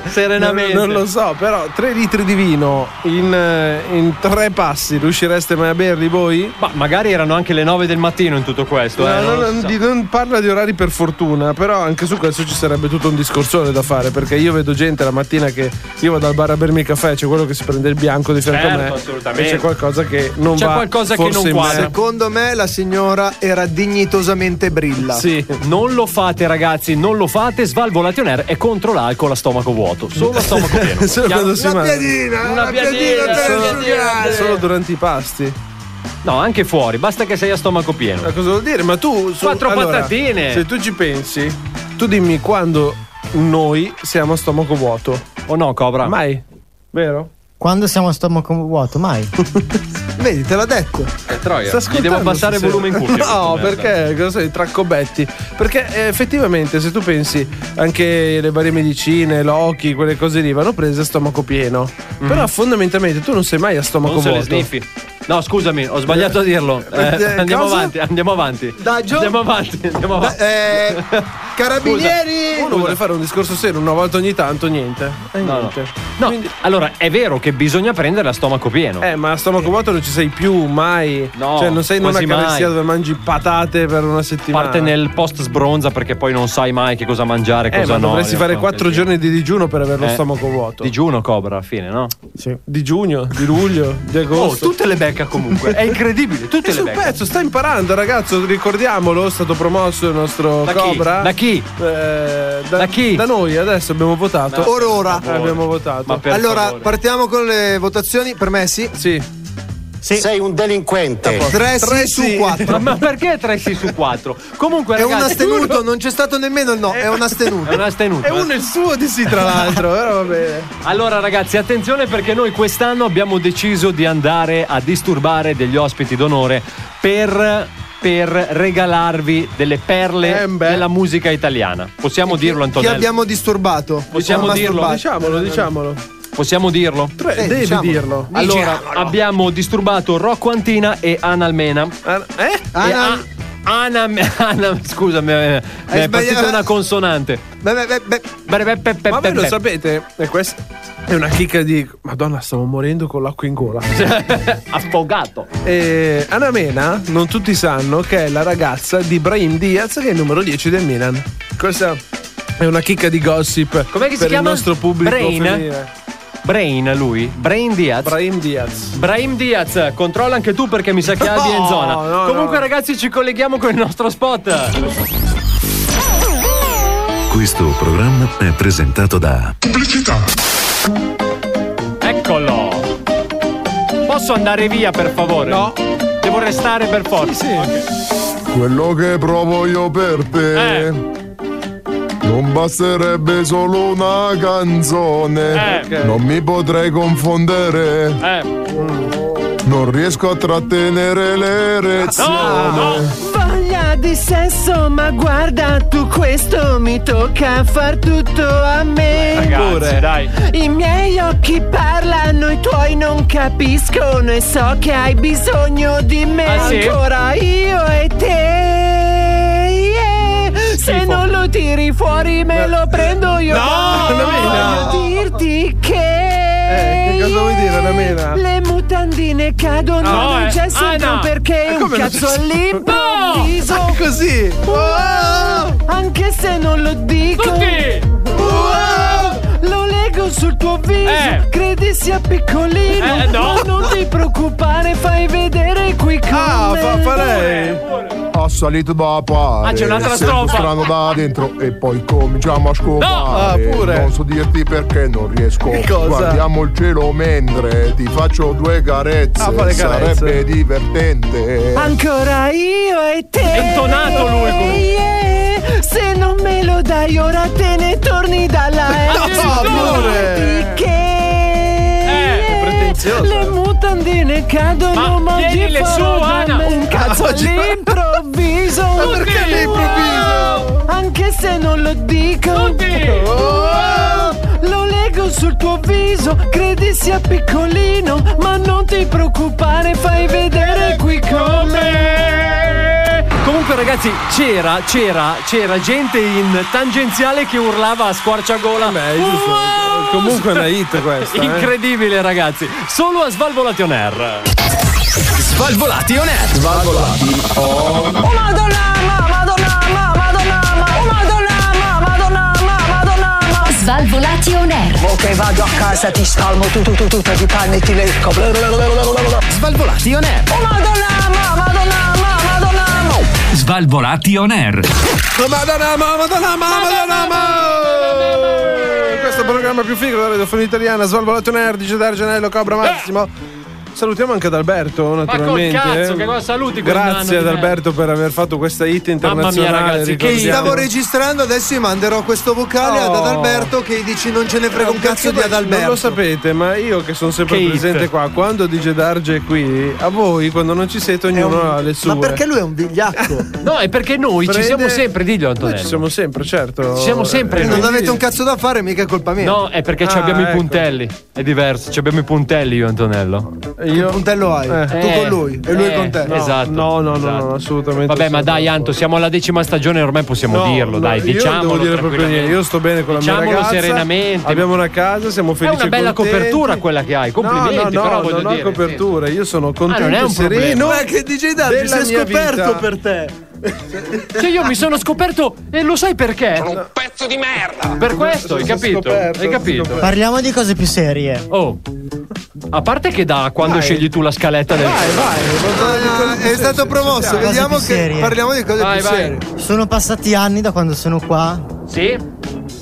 J: serenamente.
I: Non, non, lo so, però 3 litri di vino in, eh, in tre passi riuscireste mai a berli voi?
J: Ma magari erano anche le 9 del mattino in tutto questo. No, eh,
I: non, non, so. di, non, parla di orari per fortuna, però anche su questo ci sarebbe tutto un discorsone da fare perché io vedo gente la mattina che io vado al bar a bermi il caffè, c'è quello che si prende il bianco di fianco
J: certo,
I: a me.
J: Assolutamente.
I: c'è qualcosa che non
J: c'è
I: va.
J: C'è qualcosa che non quadra.
K: Secondo me la signora era dignitosamente brilla.
J: Sì, non lo fate ragazzi, non lo fate. Svalvolation Air è contro l'alcol a stomaco vuoto, solo a stomaco pieno.
I: solo quando si
K: una
I: mangia.
K: piadina,
J: una, una piadina,
K: piadina per
J: solo-
K: asciugare.
I: Solo durante i pasti.
J: No, anche fuori, basta che sei a stomaco pieno.
I: Ma cosa vuol dire? Ma tu. su-
J: Quattro
I: allora,
J: patatine.
I: Se tu ci pensi, tu dimmi quando noi siamo a stomaco vuoto.
J: O no, Cobra?
I: Mai? Vero?
L: Quando siamo a stomaco vuoto, mai.
K: Vedi, te l'ha detto.
J: Eh, troia.
I: Sta
J: Gli
I: ascoltando,
J: devo abbassare il
I: stasera.
J: volume in cuffia. eh, esatto.
I: No,
J: questo merda.
I: perché cosa sei, traccobetti? Perché eh, effettivamente, se tu pensi, anche le varie medicine, l'occhi, quelle cose lì, vanno prese a stomaco pieno. Però fondamentalmente tu non sei mai a stomaco
J: Mhm. Non se le
I: vuoto.
J: sniffi. No, scusami, ho sbagliato a dirlo. Eh,
I: Eh,
J: andiamo
I: cosa?
J: avanti, andiamo avanti.
K: Da Gio-
J: Andiamo avanti, andiamo avanti.
K: Eh, carabinieri!
I: Uno vuole fare un discorso serio una volta ogni tanto, niente. Eh,
J: No, no.
I: niente.
J: No, allora è vero che bisogna prendere a stomaco pieno.
I: Eh, ma a stomaco vuoto non ci sei più mai.
J: No,
I: cioè, non sei in una
J: quasi mai.
I: carestia dove mangi patate per una settimana.
J: Parte nel post sbronza perché poi non sai mai che cosa mangiare,
I: Eh,
J: cosa
I: ma
J: no.
I: dovresti fare quattro giorni di digiuno per avere lo
J: Eh,
I: stomaco vuoto.
J: Digiuno cobra alla fine, no?
I: Sì. Di giugno, di luglio, di
J: Oh,
I: agosto.
J: tutte le becca comunque. È incredibile, tutte
I: È
J: le
I: sul
J: becca.
I: pezzo, sta imparando, ragazzo. Ricordiamolo, è stato promosso il nostro
J: Da chi?
I: Cobra.
J: Da chi?
I: Eh, da,
J: Da chi?
I: da noi adesso abbiamo votato.
K: No. Ora, ora.
I: Eh, abbiamo votato.
J: Ma per
K: allora,
J: favore.
K: partiamo con le votazioni. Per me sì.
I: Sì.
S: Sei un delinquente.
K: Tre sì su
J: Ma,
K: quattro.
J: ma perché 3 sì su 4? Comunque,
K: È un
J: ragazzi,
K: astenuto, non c'è stato nemmeno il no, è un astenuto.
J: È un astenuto. eh.
I: E uno è il suo di sì, tra l'altro. Però va bene.
J: Allora ragazzi, attenzione perché noi quest'anno abbiamo deciso di andare a disturbare degli ospiti d'onore per, per regalarvi delle perle
I: Eh beh.
J: della musica italiana. Possiamo dirlo
K: Chi
J: Antonello?
K: abbiamo disturbato?
J: Possiamo
K: Ci
J: dirlo?
K: hanno masturbato.
I: Diciamolo, diciamolo.
J: Possiamo dirlo?
I: Tre,
K: Eh,
I: devi
K: diciamolo.
I: dirlo.
J: Allora, abbiamo disturbato Rocco Antina e Ana Almena.
I: Ah, Eh?
J: E
K: Ana-
J: A- Ana, Ana, scusa, mi è mi è partita
K: sbagliato.
J: una consonante.
K: Beh, beh, beh, beh.
J: Beh, beh, beh, beh,
I: Ma
J: beh,
I: voi lo
J: beh.
I: sapete? E questa è una chicca di. Madonna, stavo morendo con l'acqua in gola.
J: Affogato.
I: Eh, Ana Mena, non tutti sanno che è la ragazza di Brahim Diaz, che è il numero 10 del Milan. Questa è una chicca di gossip
J: Com'è che si
I: per
J: chiama?
I: il nostro pubblico
J: Brain?
I: femminile.
J: Brain lui, Brain Diaz.
I: Brahim Diaz.
J: Brahim Diaz, controlla anche tu perché mi sa che Albi è in
I: No,
J: zona.
I: no,
J: Comunque,
I: no.
J: ragazzi, ci colleghiamo con il nostro spot.
D: Questo programma è presentato da
J: Eccolo. Posso andare via, per favore?
I: No.
J: Devo restare per forza.
I: Sì, sì.
T: Quello che provo io per te.
J: Eh,
T: Non basterebbe solo una canzone.
J: Eh.
T: Non mi potrei confondere.
J: Eh.
T: Non riesco a trattenere le erezioni.
J: No, no.
U: Voglia di sesso, ma guarda tu questo mi tocca far tutto a me.
J: Ragazzi, dai.
U: I miei occhi parlano, i tuoi non capiscono e so che hai bisogno di me
J: Ah, sì?
U: ancora io e te. yeah.
J: Schifo.
U: Se non lo tiri fuori me lo prendo io.
I: No,
U: voglio,
I: Anamela.
U: voglio dirti che.
I: Eh, che cosa vuoi dire, Anamela?
U: Le mutandine cadono
J: No,
U: non
J: eh,
U: c'è sempre
J: Ana.
U: perché
I: Ma
U: un
I: Eh, come non c'è
U: cazzo
I: sempre?
U: all'improvviso
I: Ah, così. Oh,
U: Wow, anche se non lo dico
J: Tutti.
I: oh,
U: Wow, Lo leggo sul tuo viso
J: Eh.
U: Credi sia piccolino
J: Eh, no.
U: Ma non ti preoccupare Fai vedere qui come
I: Ah, fa, fa lei.
T: Ha salito da pari.
J: Ah, c'è un'altra
T: sento
J: strofa.
T: Eh, strano da dentro e poi cominciamo a scopare.
I: No! Ah, pure.
T: Non so dirti perché non riesco.
I: Che cosa?
T: Guardiamo il cielo mentre ti faccio due carezze.
I: Ah, fa le carezze.
T: Sarebbe divertente.
U: Ancora io e te
L: eh,
J: È intonato lui comunque.
U: Yeah, Se non me lo dai ora te ne torni dalla
L: eh,
J: Eh. addirittura.
U: Vedi che
J: Eh, è
I: pretenziosa.
U: Le mutandine cadono
J: Ma
U: ma,
J: tieni
U: oggi
J: le
U: farò
J: su,
U: da
J: Ana.
U: me Un cazzo
I: Oggi-
U: all'improvviso
I: Ma perché
U: Tutti.
I: all'improvviso?
U: Anche se non lo dico
J: Tutti.
U: Lo leggo sul tuo viso, credi sia piccolino, ma non ti preoccupare, fai vedere qui come.
J: Comunque l'altro, ragazzi, c'era, c'era, c'era gente in tangenziale che urlava a squarciagola.
I: Beh, giusto. Wow! Comunque è una hit questa.
J: Incredibile, eh. ragazzi. Solo a Svalvolati On Air.
R: Svalvolati On Air.
V: Svalvolati On
C: Oh, madonna, ma, madonna, ma, madonna, ma, oh, madonna, ma, madonna, ma, madonna, ma.
M: Svalvolati On Air.
W: Mo che vado a casa ti spalmo tu, tu, tu, tu, ti panni e ti lecco.
R: Svalvolati On Air.
C: Oh, madonna, ma, madonna, ma.
R: Svalvolati on air.
I: Madonna, madonna, madonna, madonna. Questo è il programma più figo della radiofonia italiana. Svalvolati on air di Giordano Gianello, Cobra Massimo. Salutiamo anche ad Alberto, naturalmente.
J: Ma col cazzo, che cosa saluti
I: Grazie ad Alberto per aver fatto questa hit
J: Mamma
I: internazionale.
J: mia, ragazzi, che
K: stavo registrando, adesso io manderò questo vocale oh. ad Alberto che dici non ce ne frega un cazzo di ad Alberto.
I: Non lo sapete, ma io che sono sempre che presente hit. qua, quando DJ Darge è qui, a voi quando non ci siete ognuno
K: un...
I: ha le sue.
K: Ma perché lui è un vigliacco?
J: no, è perché noi Prende... ci siamo sempre, diglio Antonello.
I: Noi ci siamo sempre, certo.
J: Ci siamo sempre. Eh,
K: non avete un cazzo da fare, mica è colpa mia.
J: No, è perché ah, abbiamo ecco. i puntelli. È diverso, abbiamo i puntelli io Antonello.
K: Io? Che puntello hai? Eh. Tu con lui e lui
J: eh.
K: con te.
J: No, esatto.
I: No, no, no, no assolutamente.
J: Vabbè, ma dai, Anto, siamo alla decima stagione, ormai possiamo no, dirlo. Dai, diciamolo.
I: Dire io sto bene con la
J: diciamolo
I: mia ragazza.
J: serenamente.
I: Abbiamo una casa, siamo felici.
J: È una bella
I: contenti.
J: copertura quella che hai. Complimenti,
I: no,
J: però voglio
I: non
J: dire.
I: Non ho copertura, io sono contento ah, non è un sereno.
K: Ma che DJ Darby si è scoperto vita. per te.
J: Cioè io mi sono scoperto e lo sai perché?
V: Sono un pezzo di merda.
J: Per questo, hai capito? Scoperto, hai capito?
L: Parliamo di cose più serie.
J: Oh. A parte che da quando vai. scegli tu la scaletta del.
I: Vai, vai.
K: Ah, è stato promosso. Vediamo che serie. parliamo di cose vai, più vai. serie.
L: Sono passati anni da quando sono qua.
J: Sì.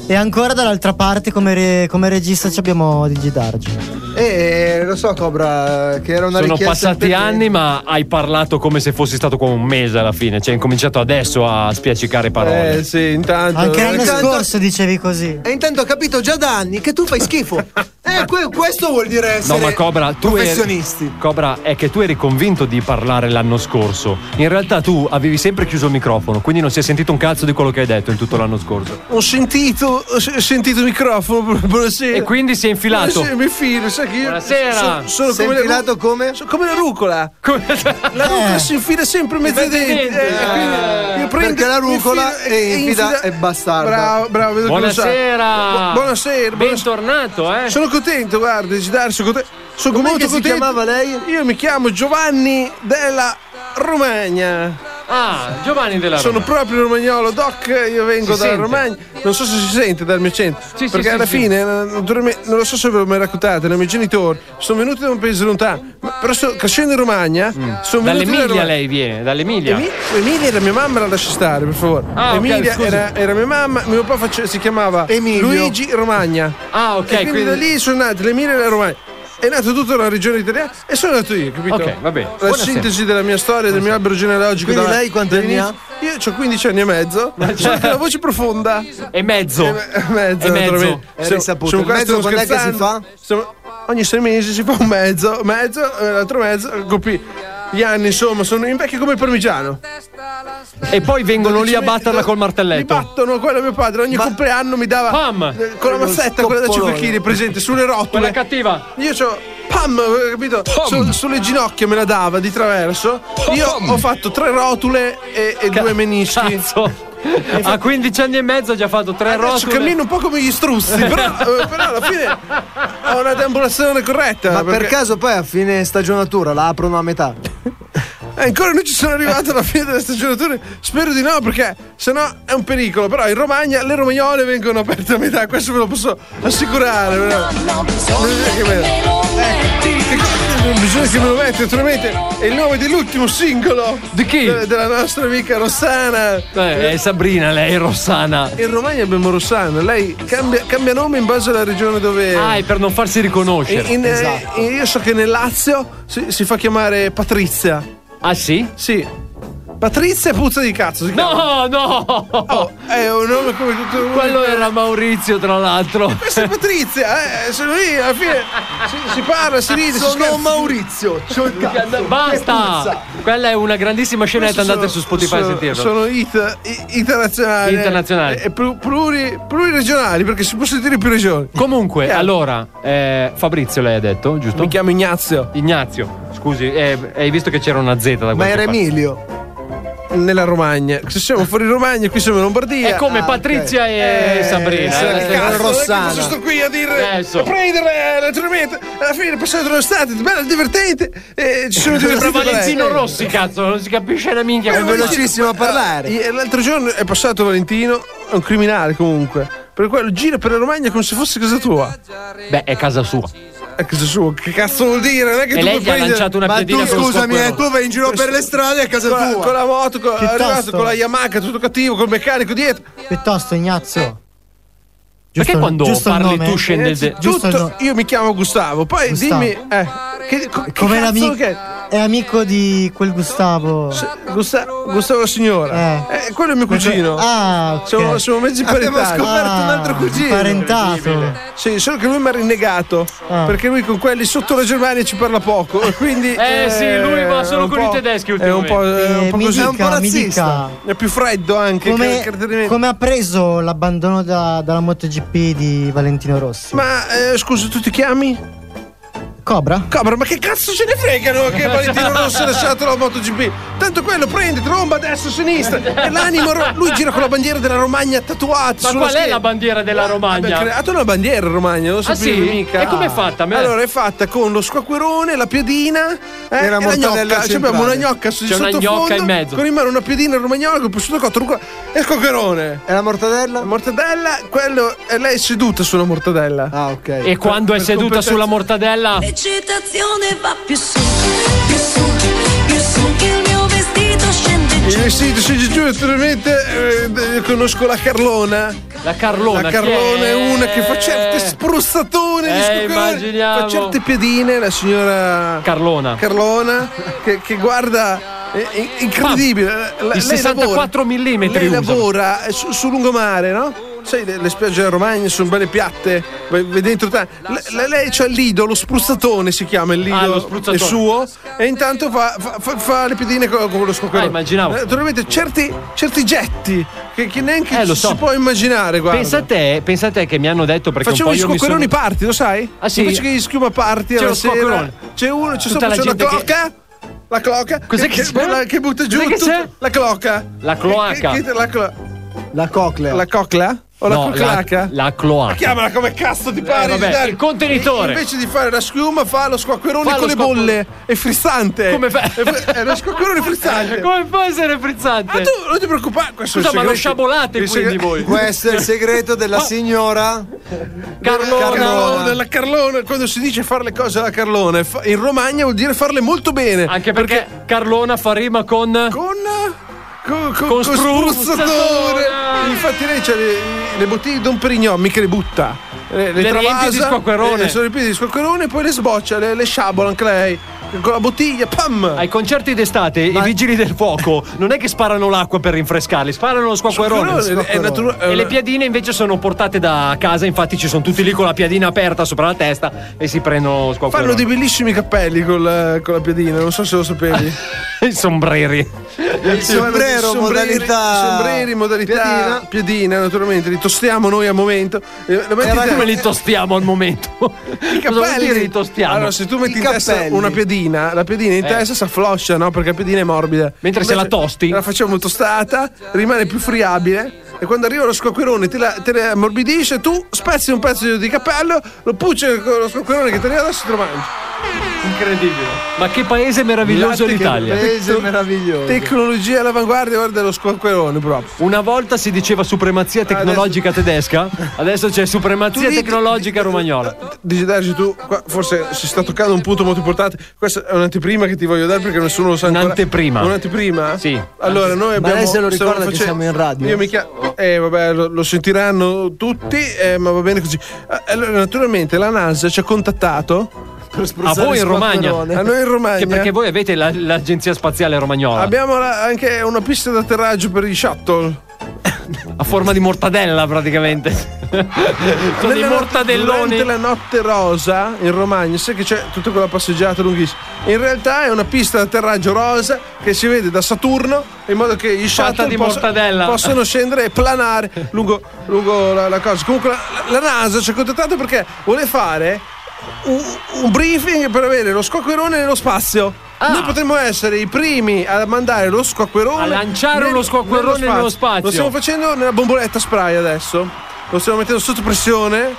L: E ancora dall'altra parte come, re, come regista ci abbiamo Digidarge.
K: Eh, lo so, Cobra, che era una
J: Sono
K: richiesta.
J: Sono passati anni, ma hai parlato come se fossi stato qua un mese alla fine. Cioè, hai cominciato adesso a spiaccicare parole.
I: Eh, sì, intanto.
L: Anche l'anno
I: intanto...
L: scorso dicevi così.
K: E intanto ho capito già da anni che tu fai schifo. eh, que- questo vuol dire essere.
J: No, ma Cobra, tu
K: professionisti.
J: Eri... Cobra, è che tu eri convinto di parlare l'anno scorso. In realtà tu avevi sempre chiuso il microfono, quindi non si è sentito un cazzo di quello che hai detto in tutto l'anno scorso.
I: Ho sentito, ho sentito il microfono, buonasera.
J: E quindi si è infilato.
I: Buonasera, mi filo, sai che io
J: Buonasera.
K: sono, sono come, la, come?
I: Sono come la rucola. Come... La rucola eh. si infila sempre in mezzo ai denti. denti. Eh.
K: Eh. Prendo, Perché la rucola è infida e bastarda.
I: Bravo, bravo, vedo
J: buonasera.
I: Bu- buonasera.
J: Bentornato, eh.
I: Sono contento, guarda, di dare, sono contento. Sono
K: Com'è
I: molto
K: si
I: contento.
K: chiamava lei?
J: Eh,
I: Io mi chiamo Giovanni della Romagna.
J: Ah, Giovanni della
I: Sono
J: Roma.
I: proprio romagnolo, Doc. Io vengo si dalla sente. Romagna. Non so se si sente dal mio centro.
J: Sì,
I: perché
J: sì,
I: alla
J: sì,
I: fine, eh, non lo so se ve lo mai raccontate, i miei genitori sono venuti da un paese lontano. Ma però sto crescendo in Romagna. Mm. Sono
J: Dall'Emilia
I: Romagna.
J: lei viene, dall'Emilia.
I: Emi- Emilia era mia mamma, la lascia stare, per favore.
J: Ah,
I: Emilia
J: okay,
I: era, era, mia mamma, mio papà face- si chiamava
K: Emilio.
I: Luigi Romagna.
J: Ah, ok.
I: E quindi, quindi... da lì sono nati l'Emilia e la Romagna è nato tutta una regione italiana e sono nato io, capito?
J: Ok, va bene.
I: La Buonasera. sintesi della mia storia, del mio albero genealogico.
K: Quindi
I: da,
K: lei quanti anni ha?
I: Io ho 15 anni e mezzo, ho anche la voce profonda.
J: E Cioè, mezzo.
I: E mezzo,
J: e mezzo.
K: È risaputo. Sono, sono mezzo quando è che si fa?
I: Sono, ogni sei mesi si fa un mezzo, mezzo, l'altro mezzo, copi. Gli anni, insomma, sono invecchi come il parmigiano.
J: E poi vengono lì a batterla col martelletto. Ah! Mi
I: battono, quello mio padre ogni Ma... compleanno mi dava eh,
J: Pam.
I: con la mazzetta, quella da 5 kg presente sulle rotule.
J: Quella cattiva.
I: Io ho pam, capito? Su, sulle ginocchia me la dava di traverso. Pom. Io ho fatto tre rotule e, e Ca- due menischi.
J: Cazzo.
I: Esatto.
J: A 15 anni e mezzo ha già fatto tre
I: Adesso
J: rotule.
I: cammino un po' come gli strussi, però, eh, però alla fine ho una deambulazione corretta.
K: Ma perché... per caso poi a fine stagionatura la aprono a metà?
I: Eh, ancora non ci sono arrivato alla fine della stagionatura. Spero di no, perché sennò è un pericolo. Però in Romagna le romagnole vengono aperte a metà, questo ve lo posso assicurare. Però. Non bisogna che me, eh, non bisogna che me lo metti, naturalmente. È il nome dell'ultimo singolo
J: di chi?
I: De- della nostra amica Rossana.
J: Eh, è Sabrina, lei è Rossana.
I: In Romagna abbiamo Rossana, lei cambia, cambia nome in base alla regione dove.
J: Ah, è per non farsi riconoscere.
I: In, in, esatto. eh, io so che nel Lazio si, si fa chiamare Patrizia.
J: Ah sì?
I: Sì. Patrizia puzza di cazzo.
J: no, no!
I: Oh, è un nome come tutto il mondo.
J: Quello era Maurizio, tra l'altro.
I: Questa è Patrizia, eh, sono lì, alla fine si, si parla, si ride.
K: Sono
I: si scherza.
K: Maurizio. C'ho il cazzo.
J: Basta! Quella è una grandissima scenetta,
I: Queste
J: andate
I: sono-
J: su Spotify a
I: sono-
J: sentirlo.
I: Sono hit i- internazionali.
J: Internazionali.
I: E plu- pluri- pluriregionali, perché si può sentire più regioni.
J: Comunque,
I: Yeah.
J: allora, eh, Fabrizio lei ha detto, giusto?
I: Mi chiamo Ignazio.
J: Ignazio. Scusi, eh, hai visto che c'era una Z da
K: Ma
J: qualche
K: era
J: parte?
K: Emilio.
I: nella Romagna. Se siamo fuori Romagna, qui siamo in Lombardia.
J: È come ah, Patrizia okay. e eh, Sabrina. Eh,
I: Eh, eh, cazzo, Rossana. Adesso sto qui a dire Adesso. a prendere naturalmente. Alla fine è passato l'estate, bello, divertente. Eh, ci sono divertiti.
J: Ma Valentino
I: Eh,
J: Rossi, cazzo, non si capisce la minchia.
K: È velocissimo a parlare.
I: eh, L'altro giorno è passato Valentino, è un criminale comunque. Per quello gira per la Romagna come se fosse casa tua.
J: Beh, è casa sua.
I: È casa sua, Eh, che cazzo vuol dire? Non è che
J: e
I: tu
J: lei gli ha lanciato una
K: Ma
J: piedina
K: tu scusami, eh, tu vai in giro per le strade a casa
I: con,
K: tua.
I: Con la moto, con, arrivato con la Yamaha, tutto cattivo, col meccanico dietro.
L: Piuttosto, Ignazio.
J: Giusto, Perché quando giusto parli tu scende
K: Eh,
J: il de-
I: tutto, no- Io mi chiamo Gustavo, poi Gustavo. dimmi. Eh, che, co-
L: Come l'amico? È amico di quel Gustavo. S-
I: Gusta- Gustavo la signora. Eh. Eh, quello è mio cugino.
L: Perché? Ah, okay.
I: siamo, siamo mezzi parentati.
K: Abbiamo scoperto ah, un altro cugino.
L: Parentato.
I: Sì, solo che lui mi ha rinnegato. Ah. Perché lui con quelli sotto la Germania ci parla poco. Quindi,
J: eh, eh sì, lui va solo con i tedeschi
I: È un po', eh, un po così,
L: dica,
I: è un po' razzista. È più freddo anche.
L: Come, come ha preso l'abbandono da, dalla MotoGP? di Valentino Rossi.
I: Ma eh, scusa, tu ti chiami?
L: Cobra?
I: Cobra, ma che cazzo ce ne fregano che Valentino Rossi ha lasciato la MotoGP? Tanto quello prende, tromba destra, sinistra. E l'animo, lui gira con la bandiera della Romagna tatuata.
J: Ma qual schiena. è la bandiera della Romagna?
I: Ha creato una bandiera Romagna, non lo
J: sapevo ah, sì? mica. E com'è fatta? Me...
I: Allora è fatta con lo squacquerone, la piedina eh, e, e la gnocca. Cioè, abbiamo una gnocca su
J: C'è una gnocca in mezzo.
I: Con in mano una piedina romagnola con il prosciutto cotto rucola, e squacquerone.
K: E la mortadella? La
I: mortadella, quello, e lei è seduta sulla mortadella.
K: Ah, ok.
J: E per, quando per è seduta sulla mortadella? L'eccitazione va più su, più su,
I: più su che il mio vestito scende giù. Il vestito scende giù, naturalmente eh, conosco la Carlona.
J: La Carlona.
I: La Carlona è... è... una che fa certe spruzzatone eh, di
J: immaginiamo.
I: Fa certe piedine, la signora
J: Carlona.
I: Carlona che, che guarda è incredibile.
J: Ma, il 64
I: lei
J: lavora, mm.
I: Lei usa. lavora su, su lungomare, no? Sai, le, le spiagge della Romagna sono belle piatte, vedi dentro te. Le, lei c'ha il lido, lo spruzzatone si chiama il lido,
J: ah, è
I: suo, e intanto fa, fa, fa, fa le pedine con, con lo scoccolo.
J: Ah, immaginavo.
I: Naturalmente certi, certi getti che, che neanche eh, so. si può immaginare. Guarda.
J: Pensa a te, pensa a te che mi hanno detto perché
I: Facciamo
J: un
I: po' gli squacqueroni
J: sono...
I: parti, lo sai?
J: Ah, sì?
I: Invece che gli schiuma parti,
J: c'è
I: lo
J: squacquerone.
I: C'è uno, c'è sopra c'è una clocca. Che la cloca.
J: Cos'è che,
I: che, che butta giù?
J: Cos'è che c'è?
I: La cloca.
J: La cloaca.
I: Che, che, la, clo-
K: la coclea.
I: La coclea? O
J: no,
I: la cloaca?
J: La, la cloaca.
I: Ma chiamala come cazzo ti pare?
J: Eh, vabbè, il contenitore.
I: E invece di fare la schiuma, fa lo squacquerone fa con lo le squacqu... bolle. È frizzante.
J: Come fa?
I: È, è lo squacquerone frizzante.
J: come può essere frizzante?
I: Ma ah, tu non ti preoccupare.
J: Questo Scusa, ma lo sciabolate quindi segreto... voi.
K: Questo è il segreto della signora
J: Carlona.
I: Carlona. Della Carlona. Quando si dice fare le cose alla Carlona, in Romagna vuol dire farle molto bene.
J: Anche perché, perché... Carlona fa rima con.
I: Con
J: con, con, con spruzzatore.
I: Infatti lei c'ha le, le, bottiglie di Don Perignon, mica le butta. Le, le,
J: le
I: travasa,
J: di squacquerone.
I: Le, sono riempite di squacquerone e poi le sboccia, le, le sciabola anche lei. Con la bottiglia, pam!
J: Ai concerti d'estate Ma... i vigili del fuoco non è che sparano l'acqua per rinfrescarli, sparano lo squacquerone.
I: squacquerone. Natura-
J: e le piadine invece sono portate da casa, infatti ci sono tutti lì con la piadina aperta sopra la testa e si prendono lo squacquerone.
I: Fanno dei bellissimi cappelli con la, con la piadina, non so se lo sapevi.
J: I
I: Eh,
J: sombreri.
K: Il sombrero,
I: sombreri, modalità. Sombreri, modalità. Piedina. piedina. naturalmente. Li tostiamo noi al momento.
J: Eh, Era come li tostiamo al momento?
I: I capelli.
J: Li tostiamo.
I: Allora, se tu metti I in cappelli. testa una piedina, la piedina in eh. testa si affloscia, no? Perché la piedina è morbida.
J: Mentre Invece se la tosti.
I: La facciamo tostata, rimane più friabile. E quando arriva lo squacquerone te la, te la ammorbidisce, tu spezzi un pezzo di capello, lo pucci con lo squacquerone che te ne adesso te lo mangi
J: incredibile. Ma che paese meraviglioso Latte l'Italia!
K: Che
I: Eh.
K: paese Tec- meraviglioso!
I: Tecnologia all'avanguardia, guarda lo squacquerone proprio.
J: Una volta si diceva supremazia tecnologica adesso... tedesca, adesso c'è supremazia tu tecnologica dici, romagnola.
I: Dici Darci, tu qua, forse si sta toccando un punto molto importante. Questa è un'anteprima che ti voglio dare perché nessuno lo sa ancora.
J: Un'anteprima.
I: Un'anteprima?
J: Sì.
I: Allora, noi abbiamo.
K: Ma lei se lo ricorda facendo... che siamo in radio.
I: Io mi chiamo. Eh, vabbè, lo, lo sentiranno tutti, eh, ma va bene così. Eh, Allora, naturalmente la NASA ci ha contattato
J: a voi in Romagna
I: a noi in Romagna che
J: perché voi avete la, l'agenzia spaziale romagnola
I: abbiamo la, anche una pista d'atterraggio per i shuttle
J: a forma di mortadella praticamente sono dei mortadelloni
I: durante la notte rosa in Romagna sai che c'è tutta quella passeggiata lunghissima in realtà è una pista d'atterraggio rosa che si vede da Saturno in modo che i
J: Fatta
I: shuttle
J: poss-
I: possano scendere e planare lungo, lungo la, la, cosa comunque la, la NASA ci ha contattato perché vuole fare un, briefing per avere lo squacquerone nello spazio. Ah. Noi potremmo essere i primi a mandare lo squacquerone.
J: A lanciare uno squacquerone nello, nello spazio.
I: Lo stiamo facendo nella bomboletta spray adesso. Lo stiamo mettendo sotto pressione.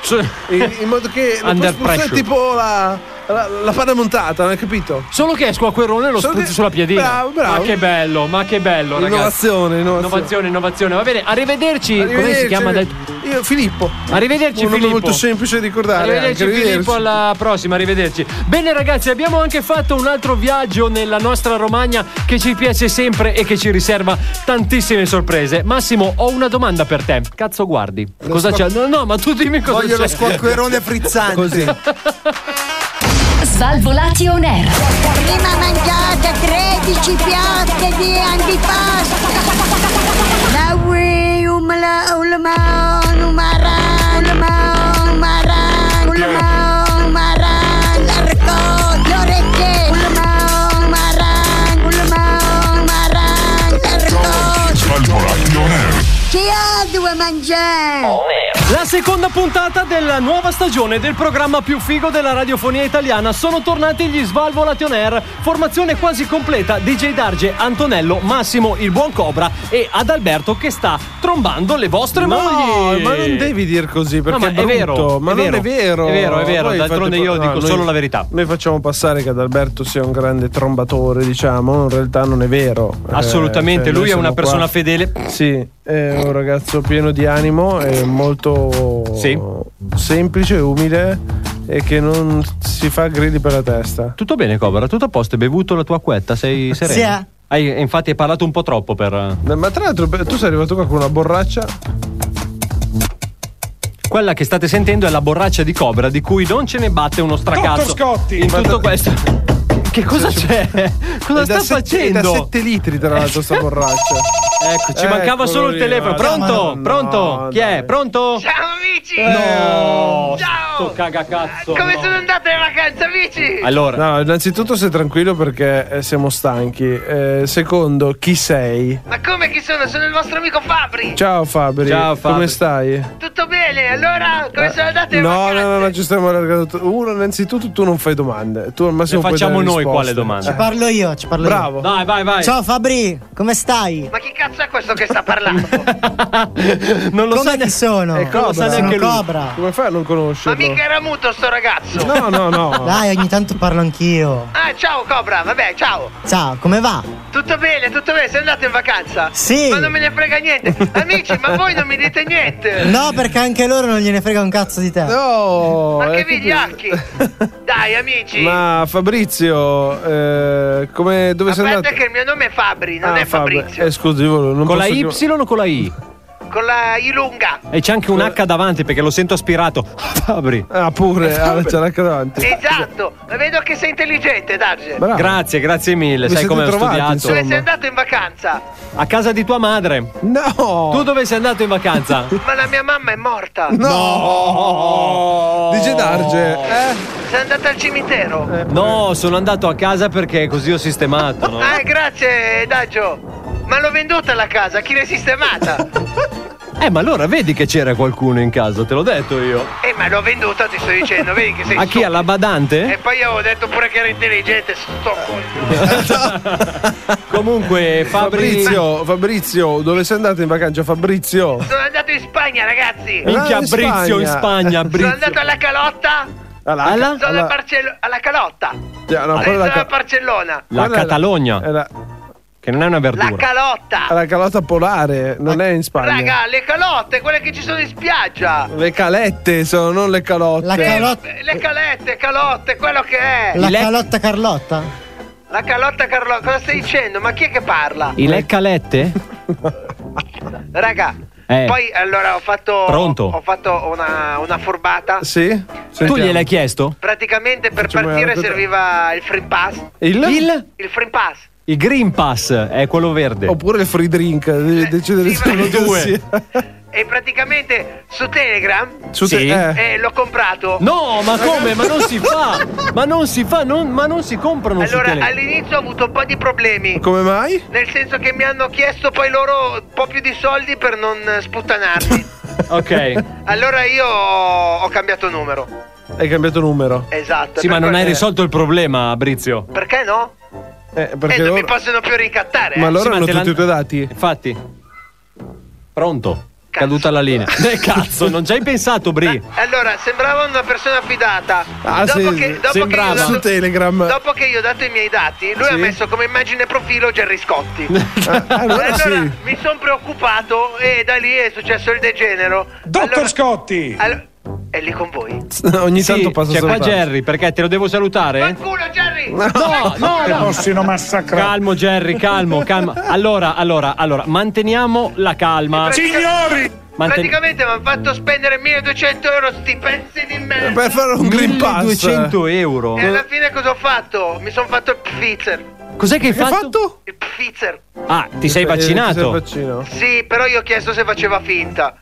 I: in, in, modo che
J: Under
I: lo puoi
J: pressure.
I: tipo la. La, la panna montata, non hai capito?
J: Solo che è squacquerone lo spruzzi sulla piadina.
I: Bravo, bravo.
J: Ma che bello, ma che bello, ragazzi.
I: Innovazione, innovazione.
J: Innovazione, innovazione. Va bene, arrivederci. Come si
I: Arrivederci,
J: chiama?
I: arrivederci. Io, Filippo.
J: Arrivederci,
I: Un nome
J: Filippo.
I: molto semplice da ricordare.
J: Arrivederci,
I: anche,
J: Filippo, alla prossima, arrivederci. Bene ragazzi, abbiamo anche fatto un altro viaggio nella nostra Romagna che ci piace sempre e che ci riserva tantissime sorprese. Massimo, ho una domanda per te. Cazzo guardi. cosa
X: squac-
J: c'è? No, no, ma tu dimmi cosa
X: Voglio
J: c'è.
X: lo squacquerone frizzante.
I: Così.
Y: Svalvolati on air.
C: Prima mangiate 13 piatte di antipasto. Da qui un mla- un lma- un marran, un lma- un marran, un lma- un marran, la ricot- le orecchie. Un lma- un marran, un lma- un marran, la ricot- Chi ha due mangiare?
J: La seconda puntata della nuova stagione del programma più figo della radiofonia italiana sono tornati gli Svalvolati on Air, formazione quasi completa DJ Darge, Antonello, Massimo il Buon Cobra e Adalberto che sta trombando le vostre
I: No,
J: mogli.
I: ma non devi dire così perché
J: ma
I: è,
J: è vero,
I: brutto, ma
J: è
I: non
J: vero,
I: è vero.
J: è vero, è vero,
I: Voi
J: d'altronde
I: fate-
J: io dico solo la verità.
I: ah, Noi facciamo passare che Adalberto sia un grande trombatore, diciamo, in realtà non è vero. Eh,
J: Assolutamente,
I: cioè, noi
J: lui è
I: siamo
J: una
I: qua-
J: persona fedele.
I: Sì, è un ragazzo pieno di animo, è molto
J: Sì.
I: semplice, umile e che non si fa gridi per la testa.
J: Tutto bene Cobra, tutto a posto, hai bevuto la tua acquetta, sei sereno?
L: Sì, eh.
J: Hai- infatti hai parlato un po' troppo per... eh,
I: Ma tra l'altro beh, tu sei arrivato qua con una borraccia
J: Quella che state sentendo è la borraccia di Cobra di cui non ce ne batte uno stracazzo.
I: Scotti!
J: In
I: Ma
J: tutto
I: da-
J: questo. Che cosa c'è? Cosa
I: È da
J: sta
I: sette- è
J: facendo?
I: da 7 litri tra l'altro sta borraccia.
J: Ecco, ci mancava
I: Eccolo
J: solo il
I: lì,
J: telefono.
I: guarda.
J: Pronto?
I: Ma no,
J: Pronto? Chi è?
I: dai.
J: Pronto?
P: Ciao amici!
J: No!
I: Eh,
P: Ciao!
J: Sto cagacazzo.
P: Come
J: no.
P: sono andate in vacanza amici?
J: Allora,
I: No, innanzitutto sei tranquillo perché eh, siamo stanchi. Eh, secondo, chi sei?
P: Ma come chi sono? Sono il vostro amico Fabri!
I: Ciao Fabri.
J: Ciao, Fabri.
I: Come stai?
P: Tutto bene? Allora, come sono andate in
I: No,
P: vacanza?
I: no, no, no, ci stiamo allargando. tu- Uno, innanzitutto tu non fai domande. Tu al massimo
J: Le
I: puoi
J: facciamo
I: dare
J: noi
I: risposte.
J: quale domanda.
L: Ci
I: Eh,
L: parlo io, ci parlo
I: Bravo.
J: Dai, vai, vai.
L: io. Ciao Fabri, come stai?
P: Ma chi cazzo è questo che sta parlando?
J: non lo
L: come
J: sa
L: ti sono?
I: È
J: lo sa
I: Eh, Cobra.
J: neanche
L: sono
J: lui.
L: Cobra.
I: Come fai a non
P: Ma
I: conoscerlo?
P: mica era muto sto ragazzo!
I: No, no, no.
L: Dai, ogni tanto parlo anch'io.
P: Ah, ciao Cobra, vabbè, ciao!
L: Ciao, come va?
P: Tutto bene, tutto bene, sei andato in vacanza?
L: Sì.
P: Ma non me ne frega niente! Amici, ma voi non mi dite niente!
L: No, perché anche loro non gliene frega un cazzo di te.
I: No,
P: Ma oh,
I: eh,
P: che vigliacchi! Dai amici!
I: Ma Fabrizio, eh, come dove
P: A
I: sei
P: parte
I: andato?
P: che il mio nome è Fabri, non
I: Ah,
P: è
I: Fabri.
P: Fabrizio.
I: Eh, scusi, io non
J: Con la
I: posso
J: Y
I: chiam-
J: o con la I?
P: Con la I lunga.
J: E c'è anche un H davanti perché lo sento aspirato. Fabri.
I: Ah,
J: Eh,
I: pure, ah, c'è anche davanti.
P: Esatto, ma vedo che sei intelligente, Darge.
I: Bravo.
J: Grazie, grazie mille.
I: Vi
J: Sai
I: siete
J: come ho
I: trovati,
J: studiato.
I: insomma.
P: Dove sei andato in vacanza?
J: A casa di tua madre.
I: No!
J: Tu dove sei andato in vacanza?
P: Ma la mia mamma è morta.
I: No! Dice Darge, eh?
P: Sei andata al cimitero.
J: No, sono andato a casa perché così ho sistemato. No?
P: Ah, grazie, Daggio. Ma l'ho venduta la casa, chi l'ha sistemata?
J: Eh, ma allora vedi che c'era qualcuno in casa, te l'ho detto io.
P: eh, ma l'ho venduta, ti sto dicendo, vedi che sei
J: A chi?
P: stupido.
J: Alla
P: E
J: badante?
P: poi io avevo detto pure che era intelligente, sto coglione.
J: Comunque, Fabri.
I: Fabrizio, Fabrizio, dove sei andato in vacanza? Fabrizio,
P: Sono andato in Spagna, ragazzi.
J: Minchia,
I: Ah, in
J: Brizio in
I: Spagna.
J: Spagna.
P: Sono
J: Brizio.
P: andato alla calotta.
I: alla,
J: Alla?
P: Sono a Barcello- alla calotta.
I: cioè, no,
P: Sono
I: quella è
P: a
I: la, ca-
P: Barcellona.
J: La
I: quella è
J: Catalogna,
I: è la,
J: che non è una
P: La
J: verdura.
P: calotta.
I: è la calata polare, non è in Spagna.
P: Raga, le calotte, quelle che ci sono in spiaggia.
I: Le calette sono, non le calotte.
L: La
P: Eh,
L: calotta.
P: Le calette, calotte, quello che è.
L: La
J: Il lec-
L: calotta Carlotta?
P: La calotta Carlo, cosa stai dicendo? Ma chi è che parla?
J: I leccalette?
P: Raga.
J: Eh.
P: Poi allora ho fatto.
J: Pronto?
P: Ho fatto una, una furbata.
I: Sì?
J: Tu
I: Sentiamo.
J: gliel'hai chiesto?
P: Praticamente per
I: Facciamo
P: partire
I: una cosa-
P: serviva il free pass.
I: Il?
J: Il?
P: Il free pass.
J: Il Green Pass è quello verde.
I: Oppure il free drink, devi decidere
P: Eh, sì,
I: solo
P: ma-
I: due.
P: E praticamente su Telegram
I: Su
J: Sì.
I: te- eh.
P: eh, l'ho comprato.
J: No, ma come? Ma non si fa! Ma non si fa, non- ma non si comprano
P: Allora,
J: su tele-
P: all'inizio ho avuto un po' di problemi.
I: Come mai?
P: Nel senso che mi hanno chiesto poi loro un po' più di soldi per non eh, sputtanarmi.
J: Ok.
P: allora io ho cambiato numero.
I: Hai cambiato numero.
P: Esatto.
J: Sì,
P: per
J: ma non
P: quello-
J: hai risolto il problema, Brizio.
P: Perché no?
I: Eh, perché
P: e non
I: loro-
P: mi possono più ricattare.
I: Ma
P: eh.
I: loro
J: ma
I: hanno
J: te
I: tutti
J: l'han-
I: i tuoi dati?
J: Infatti. Pronto. Caduta la linea. Eh, cazzo, non ci hai pensato, Bri.
P: Allora, sembrava una persona fidata.
J: Ah,
P: dopo,
J: sì,
P: che, dopo che
J: sembrava.
P: io ho dato-
J: Su Telegram.
P: Dopo che io ho dato i miei dati, lui
J: Sì.
P: ha messo come immagine profilo Gerry Scotti.
I: Ah, eh, allora
J: Eh,
I: sì.
P: Eh, mi sono preoccupato e da lì è successo il degenero.
J: Dottor Scotti!
P: Allo- è lì con voi.
I: Ogni
J: Sì,
I: tanto passa
J: C'è
I: solo
J: qua
I: tanto.
J: Jerry, perché te lo devo salutare?
P: Culo Gerry!
J: No, no, no, Calmo, Jerry, calmo, calmo. Allora, allora, allora, manteniamo la calma. Manten-
P: Praticamente mi hanno fatto spendere 1200 euro sti pezzi di
J: Eh,
P: merda.
I: Per fare un green pass.
J: 1200 euro.
P: E alla fine cosa ho fatto? Mi sono fatto il Pfizer.
J: Cos'è che hai fatto?
P: Il Pfizer.
J: Ah, ti sei
I: Eh,
J: vaccinato?
I: ti sei vaccino.
P: Sì, però io ho chiesto se faceva finta.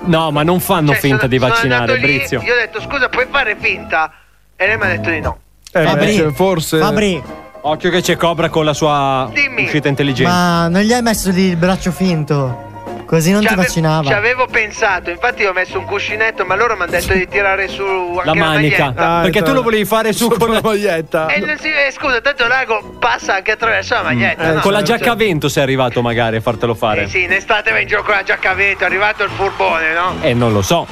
J: No, ma non fanno
P: Cioè,
J: finta
P: sono-
J: di
P: sono
J: vaccinare,
P: andato lì,
J: Brizio.
P: Io ho detto scusa, puoi fare finta? E lei mi ha detto di no.
I: Eh,
L: Fabri,
I: cioè, forse.
L: Fabri,
J: Occhio che c'è Cobra con la sua uscita intelligente.
L: ma non gli hai messo lì il braccio finto? Così non ti
P: Ci
L: vaccinava.
P: avevo pensato, infatti io ho messo un cuscinetto, ma loro mi hanno detto di tirare su anche
J: La manica.
P: maglietta.
J: Ah,
I: Ah,
J: perché tu lo volevi fare su con la
I: maglietta.
P: E non si- eh, scusa, tanto l'ago passa anche attraverso la maglietta. no?
J: Mm. Eh, con la
P: Non
J: giacca a vento sei arrivato magari a fartelo
P: c'è-
J: fare.
P: Ah, certo. Eh sì, in estate va in giro con la giacca a vento, è arrivato il furbone, no?
J: Eh, non lo so.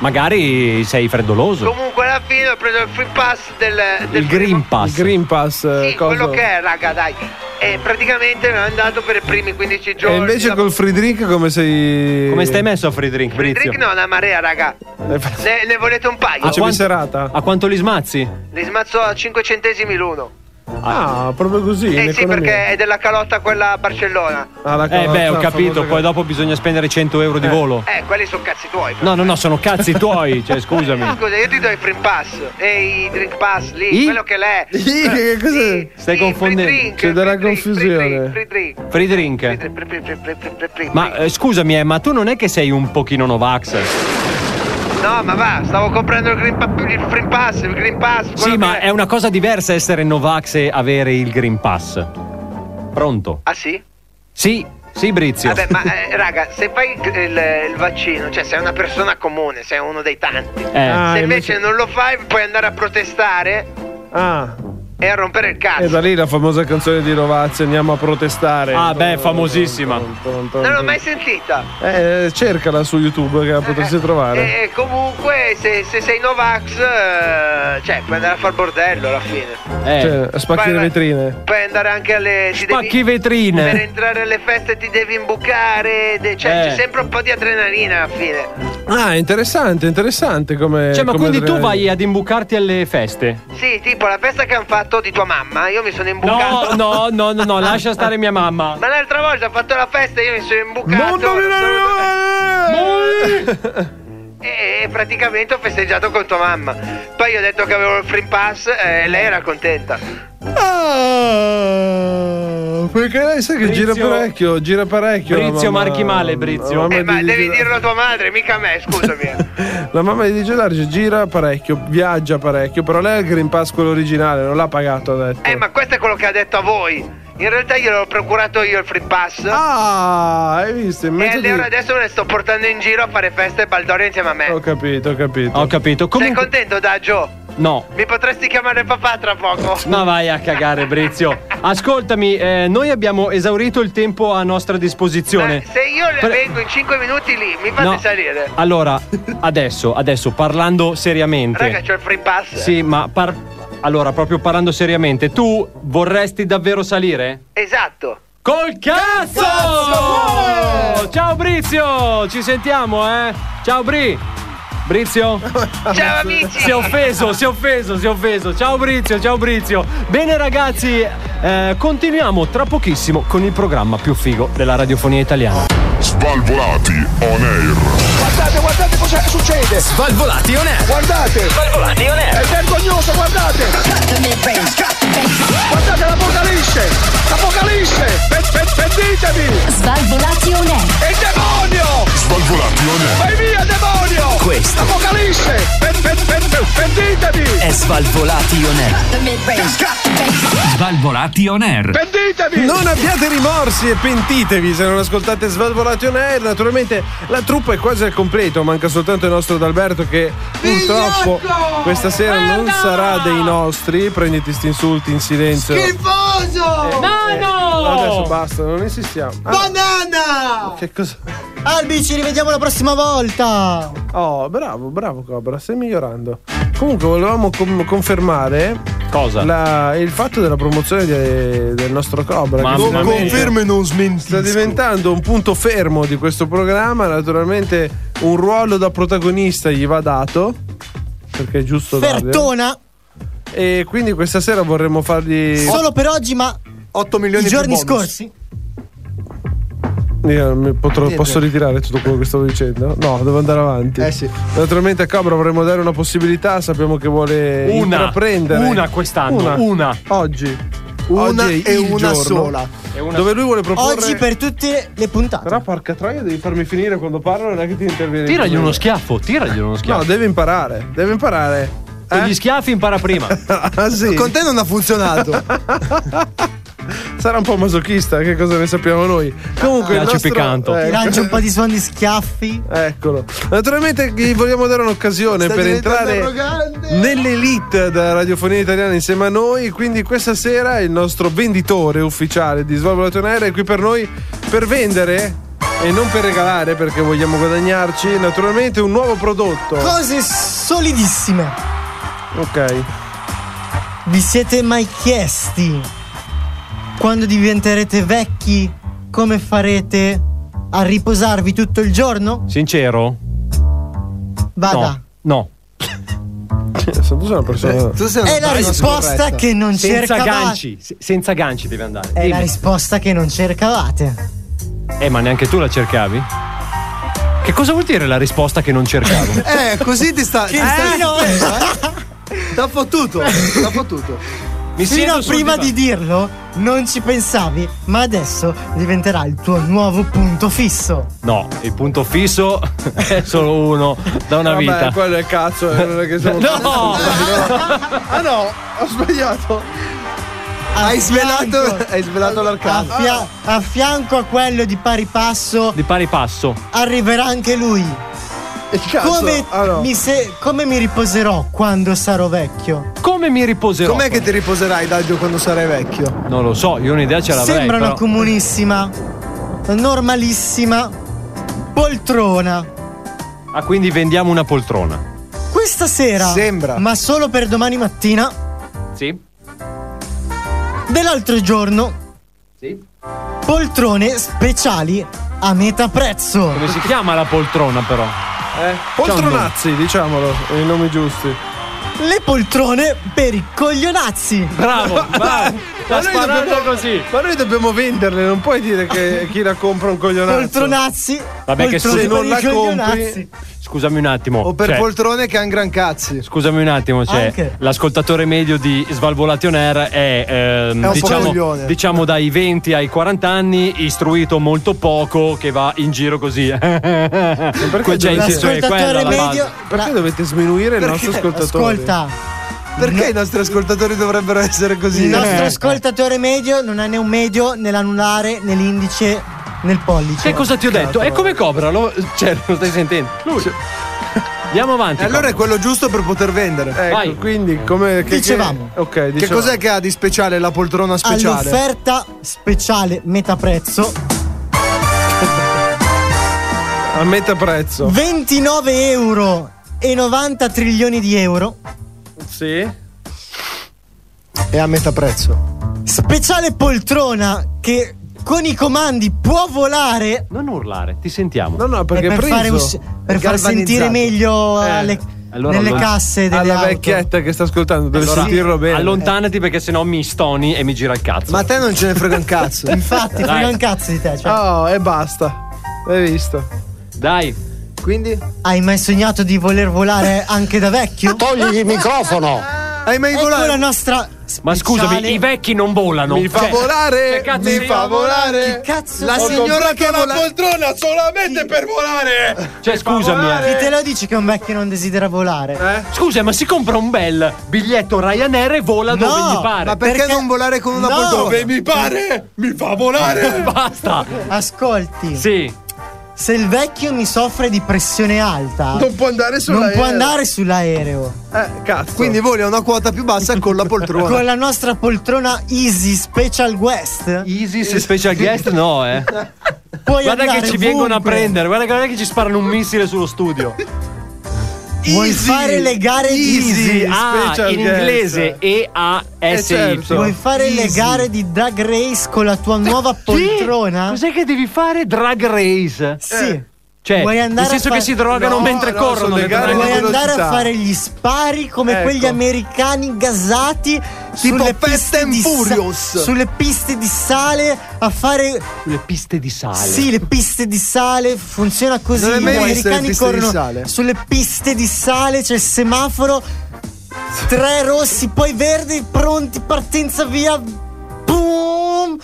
J: Magari sei freddoloso.
P: Comunque alla fine ho preso il free pass del, del
J: Il Green Pass.
I: Green Pass. eh, cosa?
P: quello che è, raga, dai. E praticamente mi hanno dato per i primi 15
I: E
P: giorni.
I: invece
P: la-
I: col free drink come sei.
J: Come stai messo a free drink,
P: il
J: Brizio?
P: drink no, una marea, raga. Ne, ne volete un paio?
I: Ah,
J: A quanto- A quanto li smazzi?
P: Li smazzo a 5 centesimi l'uno.
I: Ah, proprio così. in
P: Eh sì,
I: economia.
P: perché è della calotta quella a Barcellona.
I: Ah, la
J: Eh
I: cosa-
J: beh, ho
I: la
J: capito,
I: famosa
J: poi dopo bisogna spendere 100 euro di volo.
P: Eh, quelli sono cazzi tuoi. Ah,
J: No, no, no, sono cazzi tuoi, cioè scusami.
P: Scusa, io ti do i free pass e i drink pass lì,
J: I?
P: quello che l'è.
I: Ih,
P: Quello-
I: che cos'è?
J: Stai confondendo.
I: C'è della
P: Free
I: confusione.
P: drink.
J: Free drink.
P: Free- free- free- free- free- free- free.
J: Ma eh, scusami, eh, ma tu non è che sei un pochino Novax?
P: No, ma va, stavo comprando il green, pa- il free pass, il green pass. quello
J: Sì,
P: che
J: ma è una cosa diversa essere Novax e avere il Green Pass. Pronto?
P: Ah sì?
J: Sì, sì, Brizio.
P: Vabbè, ma eh, raga, se fai il, il- il vaccino, cioè sei una persona comune, sei uno dei tanti.
J: Ah,
P: se invece,
I: invece-
P: non lo fai, puoi andare a protestare
I: Ah.
P: e a rompere il
I: E
J: Eh,
P: cazzo.
I: Eh, da lì la famosa canzone di Rovazzi, andiamo a protestare.
J: Ah, beh, famosissima.
P: Non l'ho mai sentita. Eh,
I: Eh, cercala su YouTube che la potresti trovare.
P: E, e comunque, se, se sei Novax, eh, cioè, puoi andare a far bordello alla fine.
J: eh.
I: Cioè, spacchi
P: Vai,
I: le
P: eh. vai.
I: vetrine.
P: Puoi andare anche alle. ti devi-
J: Spacchi vetrine.
P: Per entrare alle feste ti devi imbucare. de- cioè,
I: Eh.
P: c'è sempre un po' di adrenalina alla fine.
I: Ah, interessante, interessante come.
J: Cioè, ma
I: Eh, come
J: quindi tu
I: adrenalina.
J: vai ad imbucarti alle feste?
P: Sì, tipo la festa che hanno fatto di tua mamma, io mi sono imbucato.
J: No, no, no, no, no, lascia stare mia mamma.
P: Ma l'altra volta ho fatto la festa e io mi sono imbucato. E e Eh, praticamente ho festeggiato con tua mamma. Poi io ho detto che avevo il free pass eh, e lei era contenta.
I: Ah, perché lei sa che
P: Brizio-
I: gira parecchio, gira parecchio. la
J: Brizio
I: mamma-
J: marchi male, Brizio.
I: La mamma,
P: eh, ma
I: di,
P: devi dirlo a tua madre, mica a me, scusami. eh.
I: la mamma di DJ Darge gira parecchio, viaggia parecchio, però lei ha il Green Pass quello originale, non l'ha pagato, ha detto.
P: eh, ma questo è quello che ha detto a voi. In realtà gliel'ho procurato io il free pass.
I: Ah, hai visto? In
P: e
I: mezzo di-
P: allora adesso me ne sto portando in giro a fare feste e baldoria insieme a me.
I: Ho capito, ho capito.
J: Ho capito.
P: Sei
J: Comunque,
P: contento, Daggio?
J: no.
P: Mi potresti chiamare papà tra poco?
J: Ma vai a cagare, Brizio. Ascoltami, eh, noi abbiamo esaurito il tempo a nostra disposizione.
P: Eh, Se io le
J: Pre-
P: vengo in 5 minuti lì, mi fate
J: No.
P: salire.
J: Allora, adesso, adesso, parlando seriamente.
P: Raga, c'ho il free pass.
J: Sì, ma par- allora, proprio parlando seriamente, tu vorresti davvero salire?
P: Esatto.
J: Col cazzo! Ciao Brizio, ci sentiamo, eh? Ciao Bri. Brizio?
P: Ciao amici!
J: Si è offeso, si è offeso, si è offeso. Ciao Brizio, ciao Brizio. Bene ragazzi, eh, continuiamo tra pochissimo con il programma più figo della radiofonia italiana.
D: Svalvolati on air.
E: Guardate, guardate cosa succede!
R: Svalvolati on air.
E: Guardate!
R: Svalvolati on air.
E: È vergognoso, guardate! Guardate l'apocalisse! L'apocalisse! Pe- pe- Pentitevi!
M: Svalvolati on air.
E: È il demonio!
D: Svalvolati on air.
E: Vai via, demonio!
R: Questo.
E: L'apocalisse! Pe- pe- pe- pe- Pentitevi!
R: È Svalvolati on air.
Z: Svalvolati on air.
E: Pentitevi!
I: Non abbiate rimorsi e pentitevi se non ascoltate Svalvolati on Air. Naturalmente la truppa è quasi al completo, manca soltanto il nostro D'Alberto che purtroppo questa sera non sarà dei nostri. Prenditi sti insulti in silenzio.
P: Schifoso!
K: mezzo!
I: Nano! adesso basta, non insistiamo. Ah,
K: Banana!
I: che cosa?
L: Albi, ci rivediamo la prossima volta!
I: Oh, bravo, bravo Cobra, stai migliorando. Comunque volevamo com- confermare
J: Cosa?
I: la- il fatto della promozione de- del nostro Cobra.
J: Mamma
I: che
J: mia.
I: finalmente
K: Confermo e non smentisco.
I: Sta diventando un punto fermo di questo programma, naturalmente un ruolo da protagonista gli va dato, perché è giusto darglielo.
L: Fertona!
I: E quindi questa sera vorremmo fargli...
L: Solo per oggi, ma
K: 8 milioni
L: i
K: di
L: giorni
K: bonus.
L: scorsi.
I: Io mi potrò-
K: Niente.
I: posso ritirare tutto quello che stavo dicendo? No, devo andare avanti.
K: Eh sì.
I: Naturalmente a Cobra vorremmo dare una possibilità, sappiamo che vuole
J: Una.
I: intraprendere.
J: Una quest'anno, una.
I: Oggi.
K: Una
I: Oggi è
K: e
I: il
K: una
I: giorno
K: sola.
J: È una-
I: Dove lui vuole proporre
L: Oggi per tutte le puntate.
I: Però porca troia devi farmi finire quando parlo, non è che ti interviene.
J: Tiragli uno schiaffo, tiragli uno
I: No,
J: schiaffo.
I: deve imparare, deve imparare.
J: Con
I: Eh?
J: gli schiaffi impara prima.
I: Ah, sì.
K: Con te non ha funzionato.
I: Sarà un po' masochista, che cosa ne sappiamo noi.
J: Ah,
I: Comunque, il
J: piace
I: nostro...
J: picanto.
L: Ti
I: ecco.
L: lancio un po' di suoni schiaffi.
I: Eccolo. Naturalmente gli vogliamo dare un'occasione
K: Sta
I: per
K: diventando
I: entrare
K: arrogante.
I: nell'elite della radiofonia italiana insieme a noi. Quindi questa sera il nostro venditore ufficiale di Svalvolato Air è qui per noi per vendere e non per regalare perché vogliamo guadagnarci naturalmente un nuovo prodotto.
L: Cose solidissime.
I: Ok.
L: Vi siete mai chiesti quando diventerete vecchi come farete a riposarvi tutto il giorno?
J: Sincero?
L: Vada.
J: No. No.
I: Se tu sei una persona...
K: Tu sei una
L: È la
K: persona
L: risposta
K: scorretta.
L: che non
J: Senza
L: cercavate.
J: ganci. se- senza ganci deve andare.
L: È Eh, la
J: Dimmi.
L: risposta che non cercavate.
J: Eh, ma neanche tu la cercavi? Che cosa vuol dire la risposta che non cercavo?
K: Eh, così ti sta. Ti sta, T'ha fottuto. T'ha fottuto.
J: Mi
L: Fino
J: siedo
L: a
J: sul
L: prima di
J: divano.
L: dirlo non ci pensavi, ma adesso diventerà il tuo nuovo punto fisso.
J: No, il punto fisso è solo uno da una
I: Vabbè,
J: vita.
I: quello è il cazzo, eh, non è che siamo...
J: No!
I: Ah no, ho sbagliato.
K: Hai svelato,
L: fianco.
K: hai svelato
L: A,
K: l'arcano.
L: fia- a fianco a quello di pari passo
J: Di pari passo.
L: arriverà anche lui.
I: Il cazzo.
L: Come,
I: Ah, no.
L: mi se- come mi riposerò quando sarò vecchio?
J: Come mi riposerò?
K: Com'è che ti riposerai, Daggio, quando sarai vecchio?
J: Non lo so, io un'idea ce l'avrei.
L: Sembra una
J: però.
L: comunissima, normalissima poltrona.
J: Ah, quindi vendiamo una poltrona.
L: Questa sera,
K: Sembra.
L: ma solo per domani mattina,
J: Sì?
L: dell'altro giorno,
J: Sì.
L: poltrone speciali a metà prezzo.
J: Come si chiama la poltrona, però?
I: Eh? Poltronazzi, diciamolo, i nomi giusti.
L: Le poltrone per i coglionazzi.
J: Bravo, bravo. Sta
I: Ma noi
J: sparando
I: dobbiamo-
J: così.
I: Ma noi dobbiamo venderle, non puoi dire che chi la compra è un coglionazzo.
L: Poltronazzi.
J: Vabbè, che
L: poltrone
J: se
L: per
I: non
L: i
I: la compri-
L: coglionazzi.
J: Scusami un attimo.
K: O per
J: cioè,
I: Certo.
K: poltrone che han gran cazzi.
J: Scusami un attimo, cioè,
L: Anche.
J: l'ascoltatore medio di Svalvolation Air è, ehm,
K: È un
J: diciamo,
K: coglione.
J: diciamo dai 20 ai 40 anni, istruito molto poco, che va in giro così. Perché c'è il senso è
L: L'ascoltatore
J: quello alla base.
L: medio.
I: Perché dovete sminuire il nostro ascoltatore?
L: Ascolta,
K: Perché i nostri ascoltatori dovrebbero essere così?
L: il
I: eh.
L: nostro ascoltatore medio non ha né un medio, né l'anulare, né l'indice, né il pollice.
J: Che cosa ti ho detto? È come Cobra, lo, cioè, lo stai sentendo? Lui. Andiamo avanti.
K: E allora è
J: Cobra.
K: quello giusto per poter vendere.
I: Ecco,
J: Vai.
I: quindi come che,
L: Dicevamo.
I: Che, ok,
K: Che
I: dicevamo.
K: cos'è che ha di speciale la poltrona speciale?
L: All'offerta speciale metà prezzo
I: a metà prezzo?
L: 29 euro e 90 trilioni di euro.
I: Sì.
K: È a metà prezzo.
L: Speciale poltrona che con i comandi può volare
J: Non urlare, ti sentiamo.
I: No, no,
L: E
I: perché
L: per,
I: preso
L: fare us- per far
K: galvanizzato.
L: sentire meglio
I: Eh,
L: alle-
J: allora
L: nelle
J: allora-
L: casse delle
I: alla
L: auto.
I: vecchietta che sta ascoltando, deve
J: Allora,
I: sentirlo bene.
J: Allontanati perché sennò mi stoni e mi gira il cazzo.
K: Eh. Ma a te non ce ne frega un cazzo.
L: Infatti, frega un cazzo di te. cioè.
I: Oh, e basta. Hai visto?
J: Dai,
K: Quindi?
L: Hai mai sognato di voler volare anche da vecchio?
S: Togli il microfono!
K: Hai mai
L: Ecco la
K: volato?
L: nostra.
J: ma scusami,
L: speciale-
J: i vecchi non volano.
I: Mi fa
J: Cioè, che
I: volare!
J: cazzo
I: mi
J: di-
I: fa
L: Che
I: volare!
L: cazzo
K: La
L: di-
K: signora che
I: la
K: vola...
I: poltrona solamente per volare!
J: Cioè, scusami. eh.
L: Chi te lo dice che un vecchio non desidera volare?
I: Eh?
J: Scusa, ma si compra un bel biglietto Ryanair e vola
L: No,
J: dove gli pare.
K: Ma perché,
L: Perché-
K: non volare con una
L: No!
K: poltrona?
I: mi pare! Mi fa volare!
J: Basta.
L: Ascolti,
J: Sì.
L: se il vecchio mi soffre di pressione alta,
K: Non può andare sull'aereo.
L: Non può andare sull'aereo.
K: Eh, cazzo. Quindi vuole una quota più bassa con la poltrona.
L: Con la nostra poltrona Easy Special Guest.
J: Easy special guest no, eh.
L: Puoi
J: guarda che
L: andare
J: ci vengono a
L: ovunque.
J: prendere, guarda, guarda che ci sparano un missile sullo studio.
L: Vuoi fare le gare di
J: Easy, ah,
L: Special
J: in
L: guest.
J: inglese E A
L: Eh,
J: S Y.
L: certo. Vuoi fare le gare di drag race con la tua nuova poltrona?
J: Cos'è che devi fare drag race?
L: Sì.
J: Cioè,
L: Vuoi andare
J: nel
L: a
J: senso
L: fare-
J: che si drogano
L: No,
J: mentre
L: no,
J: corrono.
L: sono
J: le
L: le gare
J: drag-
L: Vuoi andare a
J: velocità.
L: fare gli spari come
J: Ecco.
L: quegli americani gasati
K: Tipo
L: sulle
K: Fast
L: piste
K: and
L: di sa-
K: Furious.
L: sulle piste di sale a fare
J: le piste di sale.
L: Sì, le piste di sale funziona così.
K: Non
L: Gli
K: hai mai visto le
L: americani
K: piste di
L: corrono
K: sale?
L: sulle piste di sale, c'è il semaforo, tre rossi, poi verdi, pronti, partenza via. Boom!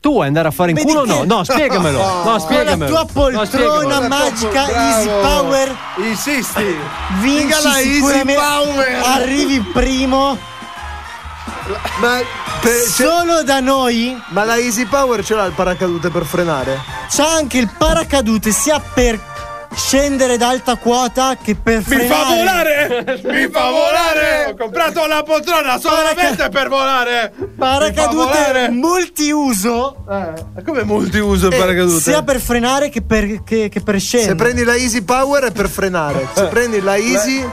J: Tu vuoi andare a fare in culo o no? No, spiegamelo. No,
L: Con la
J: spiegamelo.
L: tua
J: No, spiegamelo.
L: poltrona magica Easy Power
K: Insisti.
L: vinci
K: Dica la Easy
L: sicuramente.
K: Power.
L: Arrivi primo.
K: Ma
G: Eh,
K: per- c'è-
I: cioè-
L: Solo da noi
K: ma la Easy Power ce l'ha il paracadute per frenare?
L: c'ha anche il paracadute sia per scendere ad alta quota che per
G: Mi
L: frenare.
G: fa volare! Mi fa volare! Ho comprato la poltrona solamente per volare! Mi fa
L: Paracadute
G: volare!
L: multiuso.
I: Ma come multiuso il
L: Eh,
I: paracadute?
L: sia per frenare che per, che- che per
K: Se
L: scendere.
K: prendi la Easy Power è per frenare. Se prendi la Easy.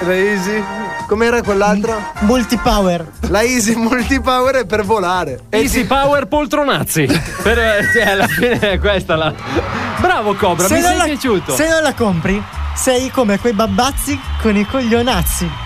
I: La Easy?
K: Com'era quell'altra?
L: Multipower.
K: La Easy Multipower è per volare.
J: Easy Power Poltronazzi. Per- cioè, alla fine è questa la. Bravo Cobra, mi
L: non
J: sei
L: la-
J: piaciuto.
L: Se non la compri, sei come quei babbazzi con i coglionazzi.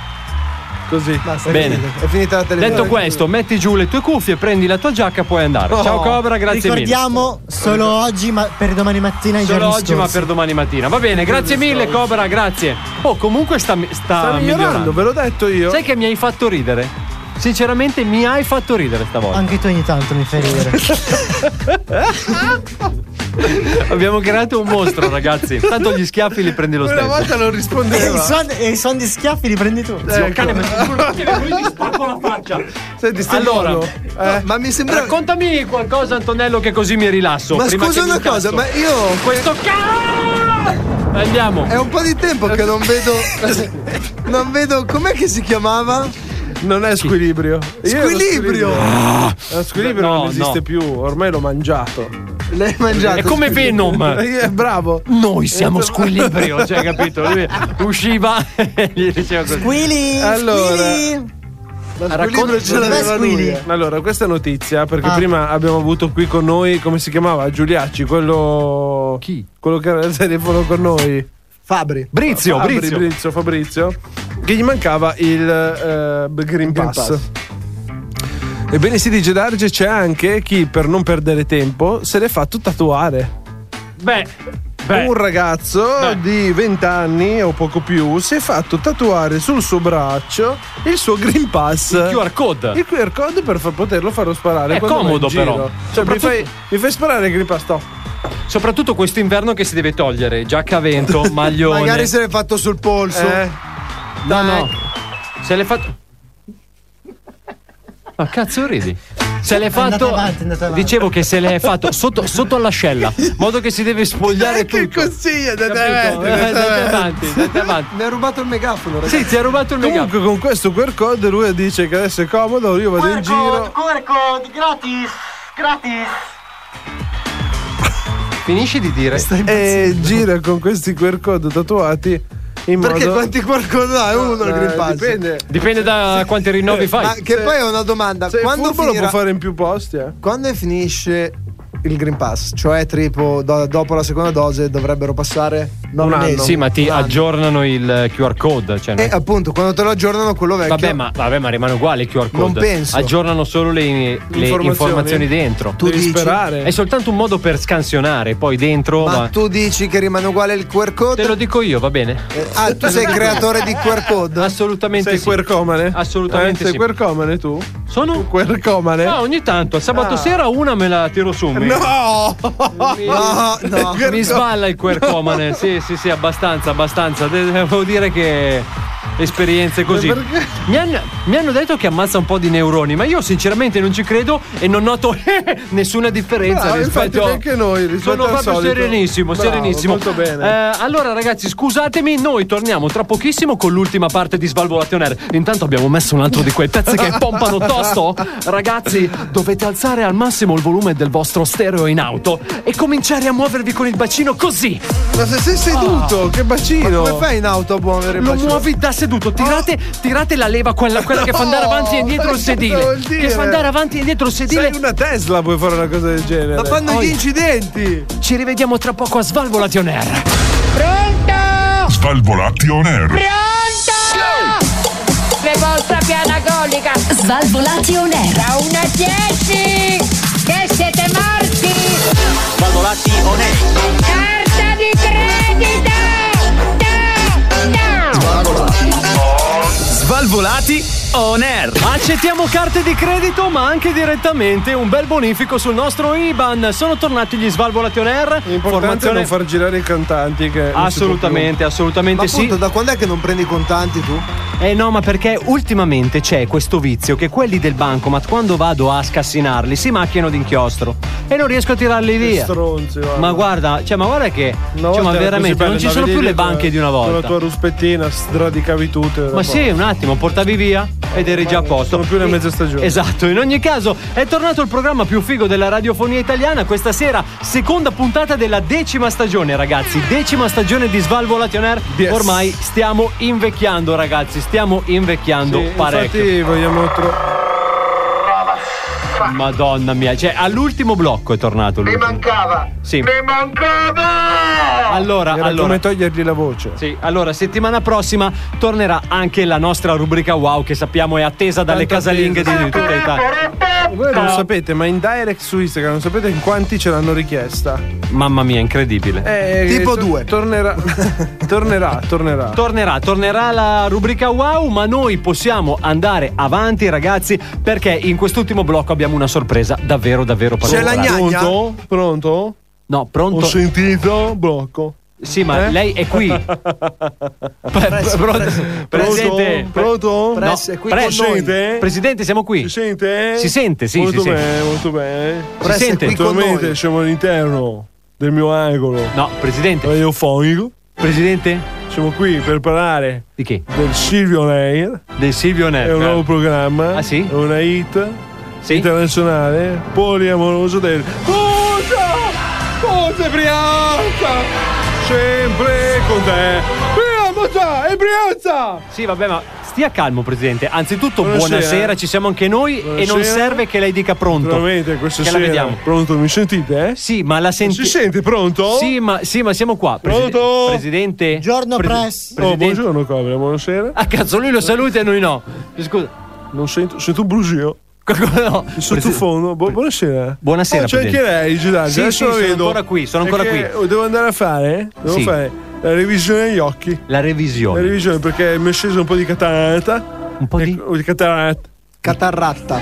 I: Così.
K: Basta, è
J: Bene.
K: finita- È finita la televisione.
J: Detto questo, metti giù le tue cuffie, prendi la tua giacca, puoi andare. Ciao Cobra, grazie mille.
L: Ricordiamo solo oggi, ma per domani mattina i
J: Solo
L: giorni
J: oggi, ma
L: scorsi.
J: per domani mattina. Va bene, grazie mille, Cobra, grazie. Oh, comunque sta, sta,
I: Sta migliorando, ve l'ho detto io.
J: Sai che mi hai fatto ridere? Sinceramente, mi hai fatto ridere stavolta.
L: Anche tu ogni tanto mi fai ridere.
J: Abbiamo creato un mostro, ragazzi. Tanto gli schiaffi li prendi lo
I: Una
J: stesso.
I: volta non
L: e, i
I: rispondeva.
L: son, e i son di schiaffi li prendi tu.
G: Eh,
J: Zio, cane, metti il culo, che poi ti spacco la faccia.
I: Senti, stai
J: Allora,
I: buono? Eh,
K: Ma mi sembra.
J: Raccontami qualcosa, Antonello, che così mi rilasso.
K: Ma
J: prima
K: scusa
J: che mi
K: una cosa,
J: incasso.
K: ma Eh, io.
J: Questo ca- Andiamo.
K: È un po' di tempo che non vedo. non vedo. Com'è che si chiamava?
I: non è squilibrio. Io ero
K: Squilibrio!
I: Lo squilibrio
J: Ah! No,
I: non esiste
J: no.
I: più, ormai l'ho mangiato.
K: L'hai mangiato.
J: È come Venom.
I: Eh, bravo.
J: Noi siamo squilibrio, cioè, capito? Lui usciva e gli diceva così.
L: Squili,
I: Allora.
L: squili.
K: Ma
J: racconta-
K: squilibrio ce
L: Dov'è
K: l'aveva lui.
L: Squili?
K: eh.
I: Allora, questa notizia, perché
L: Ah.
I: prima abbiamo avuto qui con noi, come si chiamava? Giuliacci, quello.
J: Chi?
I: Quello che era al telefono con noi.
K: Fabri.
J: Brizio,
I: Fabri-
J: Brizio.
I: Fabrizio, che gli mancava il eh, b- Green, Pass.
K: Pass.
I: Ebbene, si dice d'Arge c'è anche chi, per non perdere tempo, se le fa tutto tatuare.
J: Beh, beh.
I: Un ragazzo
J: Beh.
I: di 20 anni o poco più si è fatto tatuare sul suo braccio il suo Green Pass.
J: Il QR code.
I: Il QR code per fa- poterlo farlo sparare.
J: È
I: quando vai in
J: comodo,
I: giro.
J: però.
I: Cioè, mi,
J: Soprattutto-
I: fai, mi fai sparare il Green Pass, no.
J: Soprattutto questo inverno che si deve togliere. Giacca a vento, maglione.
K: Magari se Eh. l'è fatto sul polso.
I: Eh,
J: No, no. Se l'è fatto. Ma cazzo ridi? Se l'è
L: Andate
J: fatto.
L: avanti, andate avanti.
J: Dicevo che se l'è fatto sotto, sotto all'ascella, in modo che si deve spogliare
I: che
J: tutto.
I: consiglio, andate
J: Capito?
I: avanti,
J: Eh,
I: andate
J: Andate
I: avanti.
J: avanti, andate avanti.
K: Mi ha rubato il megafono, ragazzi.
J: Sì, ti ha rubato il mega.
I: Comunque con questo QR code lui dice che adesso è comodo, io vado in giro.
L: gratis, gratis.
J: Finisci di dire.
K: Eh,
I: e gira con questi QR code tatuati in
K: Perché
I: modo
K: quanti qualcosa ha uno il Green
I: Eh,
K: Pass?
I: dipende
J: Dipende da quanti rinnovi
K: Ma
P: Eh,
J: fai.
K: che poi è una domanda.
I: se
K: quando,
I: quando lo
K: finirà-
I: può fare in più posti eh.
K: quando finisce il Green Pass? Cioè, tipo, do- dopo la seconda dose dovrebbero passare nove
I: anno.
K: mesi.
J: Sì, ma ti
K: Un
P: Ah.
K: anno.
J: aggiornano il QR code. Cioè,
P: Eh,
K: E appunto, quando te lo aggiornano, quello vecchio.
J: Vabbè ma, vabbè, ma rimane uguale il QR code.
K: Non penso.
J: Aggiornano solo le, le
I: Informazioni.
J: informazioni. dentro.
K: Tu
I: devi
K: dici?
I: sperare
J: È soltanto un modo per scansionare, poi dentro.
K: Ma
J: va-
K: tu dici che rimane uguale il QR code?
J: Te lo dico io, va bene?
K: Eh, ah, tu sei il creatore di QR code?
J: Assolutamente
I: sei
J: sì.
I: quercomane?
J: Assolutamente
I: eh, sei
J: sì.
I: quercomane tu?
J: Sono
I: quercomane?
J: Ah, ogni tanto, sabato
I: Ah.
J: sera una me la tiro su. Mi,
I: no
J: mi-
K: No, no.
J: mi sballa il quercomane. Sì, sì, sì, abbastanza, abbastanza. De- Devo dire che esperienze così. Mi hanno, mi hanno detto che ammazza un po' di neuroni, ma io sinceramente non ci credo e non noto nessuna differenza
I: Bravo, infatti,
J: rispetto
I: neanche noi, rispetto
J: Sono
I: al
J: proprio
I: solito.
J: serenissimo,
I: Bravo,
J: serenissimo.
I: molto bene.
J: Eh, allora ragazzi, scusatemi, noi torniamo tra pochissimo con l'ultima parte di Svalvolation Air. Intanto abbiamo messo un altro di quei pezzi che pompano tosto. Ragazzi, dovete alzare al massimo il volume del vostro stereo in auto e cominciare a muovervi con il bacino così.
I: Ma se sei seduto, che bacino!
K: Ah. Ma come fai in auto a muovere il
J: Lo
K: bacino?
J: muovi da seduto, tirate,
I: Oh!
J: tirate la leva, quella, quella che fa andare
K: No,
J: avanti e indietro il
K: cosa
J: sedile.
K: vuol
J: Che
K: dire?
J: fa andare avanti e indietro il sedile.
I: Sei una Tesla puoi fare una cosa del genere.
K: Ma fanno
J: Poi-
K: gli incidenti!
J: Ci rivediamo tra poco a Svalvolation Air.
A: Pronto?
D: Svalvolati on air.
A: Pronto? Le vostra piana colica.
M: Svalvolation Air.
A: Da 1 a 10. Che siete morti.
R: Svalvolati on air.
A: Carta di credito.
J: Svalvolati on air. Accettiamo carte di credito, ma anche direttamente un bel bonifico sul nostro IBAN. Sono tornati gli Svalvolati on air.
I: Importante non far girare i cantanti. Che non si può
J: Assolutamente, assolutamente
K: Ma
J: sì.
K: appunto, da quando è che non prendi i contanti tu?
J: Eh no, ma perché ultimamente c'è questo vizio che quelli del bancomat quando vado a scassinarli si macchiano d'inchiostro e non riesco a tirarli
I: più. Che
J: via.
I: stronzi, guarda.
J: ma guarda, cioè, ma guarda che
I: Una
J: cioè,
I: volta
J: ma
I: era
J: veramente
I: così
J: non
I: bello,
J: ci sono
I: andavi
J: più
I: lì
J: le
I: con-
J: banche di una
I: Con la
J: volta.
I: tua ruspettina sradicavi tutto. era
J: Ma
I: posto.
J: sì, un attimo, portavi via ed eri già a posto.
I: sono più nella
J: E-
I: mezza stagione.
J: Esatto, in ogni caso è tornato il programma più figo della radiofonia italiana questa sera, seconda puntata della decima stagione, ragazzi. Decima stagione di Svalvolation Air.
I: Yes.
J: Ormai stiamo invecchiando, ragazzi, stiamo invecchiando
I: Sì,
J: boh, parecchio.
I: Infatti, vogliamo tro-
J: Madonna mia, cioè all'ultimo blocco è tornato lui.
E: mancava!
J: Sì.
E: mancava!
J: Allora,
I: Era
J: allora.
I: come togliergli la voce.
J: Sì, allora settimana prossima tornerà anche la nostra rubrica wow che sappiamo è attesa dalle
I: Tanto
J: casalinghe
I: attesa.
J: di tutta Italia.
I: Voi non sapete, ma in direct su Instagram non sapete in quanti ce l'hanno richiesta.
J: Mamma mia, incredibile.
I: Eh,
K: Tipo
I: to-
K: due.
I: Tornerà, tornerà, tornerà.
J: Tornerà, tornerà la rubrica wow, ma noi possiamo andare avanti ragazzi perché in quest'ultimo blocco abbiamo una sorpresa davvero davvero
K: C'è la
J: particolare.
K: gnagna?
I: Pronto? Pronto?
J: No,
I: Ho
J: pronto?
I: sentito? Blocco.
J: Sì, ma
I: Eh?
J: lei è qui. Per- Presente. Pre-
I: Pronto?
J: No,
K: Press è qui
J: pre-
K: con
J: Sì.
K: noi.
I: Sente?
J: Presidente, siamo qui.
I: Si sente? eh?
J: Si sente, sì,
I: Molto
J: si
I: bene,
J: sente.
I: molto bene.
J: Si
K: Press
J: sente?
K: è qui con
I: Attualmente
K: noi.
I: siamo all'interno del mio angolo
J: No, presidente.
I: radiofonico.
J: Presidente?
I: Siamo qui per parlare
J: Di che?
I: del Silvio Nair.
J: Del Silvio
I: È
J: Nero.
I: un nuovo programma.
J: Eh, certo. Ah, sì?
I: È una hit
J: Sì?
I: internazionale poliamoroso del Cosa? Cosa Brianza? Sempre con te. Brianza e Brianza!
J: Sì, vabbè, ma stia calmo, presidente. Anzitutto, buonasera,
I: Buonasera.
J: ci siamo anche noi e non
I: Buonasera.
J: serve che lei dica pronto.
I: Naturalmente questa
J: Che la
I: sera.
J: vediamo.
I: Pronto, mi sentite? Eh?
J: Sì, ma la senti.
I: Si sente pronto?
J: Sì, ma, sì, ma siamo qua. Preside-
I: Pronto?
J: Presidente.
L: Buongiorno, press.
I: Oh,
J: Presidente.
I: buongiorno Cobra, buonasera.
J: Ah, cazzo, lui lo saluta e noi no. Scusa.
I: Non sento, sento un brusio.
J: No.
I: Il sottofondo. Bu- buonasera.
J: Buonasera,
I: Ah, c'è anche
J: Presidente.
I: lei, Gilardi.
J: Sì,
I: Adesso
J: sì,
I: la
J: sono
I: vedo.
J: ancora qui, sono ancora
I: Perché
J: qui.
I: Devo andare a fare? Devo
J: Sì.
I: fare la revisione agli occhi.
J: La
I: La Ecco.
J: revisione.
I: revisione perché mi è sceso un po' di catarata.
J: Un po' di
I: O di cataratta.
K: Catarratta.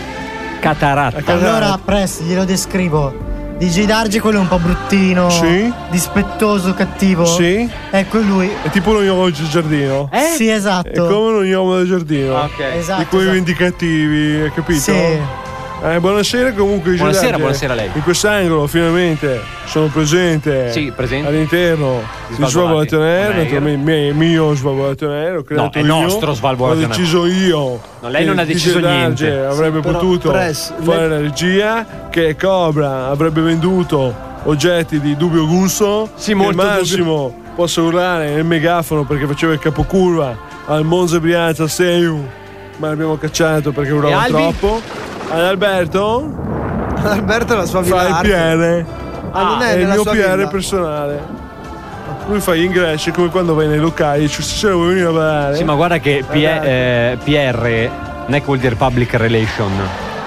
J: cataratta.
K: esatto.
L: Allora, Press, glielo descrivo. Di Gidargi quello è un po' bruttino,
I: Sì.
L: dispettoso, cattivo.
I: Sì.
L: Ecco lui.
I: È tipo lo gnomo del giardino.
J: Eh?
L: Sì,
I: È
L: esatto.
I: come lo gnomo del giardino.
J: Ah, ok.
L: Esatto.
I: Di quei
L: esatto.
I: vendicativi, hai capito?
L: Sì.
I: Eh, buonasera comunque
J: Buonasera,
I: Gilardi.
J: buonasera a lei.
I: In quest'angolo finalmente sono presente
J: Sì, presente.
I: all'interno
J: Di
I: di
J: Svalvolati.
I: Svalvolation Air,
J: Non è
I: naturalmente mio, mio Svalvolation Air, ho creato
J: è
I: io,
J: nostro Svalvolation
I: Ho
J: Air.
I: deciso io.
J: No, lei
I: che
J: non ha
I: DJ
J: deciso
I: Darge
J: niente.
I: avrebbe
K: però,
I: potuto
K: Press,
I: fare
K: le-
I: la regia che Cobra avrebbe venduto oggetti di dubbio gusto
J: Sì,
I: che
J: molto
I: Massimo possa urlare nel megafono perché faceva il capocurva al Monza Brianza 6 ma l'abbiamo cacciato perché urlava
J: Albi?
I: troppo. Ad Alberto
K: Alberto e la sua villa.
I: fa il
K: arte.
I: PR.
K: Ah, non
I: è
K: è
I: il
K: nella
I: mio
K: sua
I: PR
K: villa.
I: personale. Lui fa gli ingressi come quando vai nei locali, ci se vuoi venire a parlare.
J: Sì, ma guarda che P-
I: Guardate.
J: eh, PR non è che vuol dire public relation.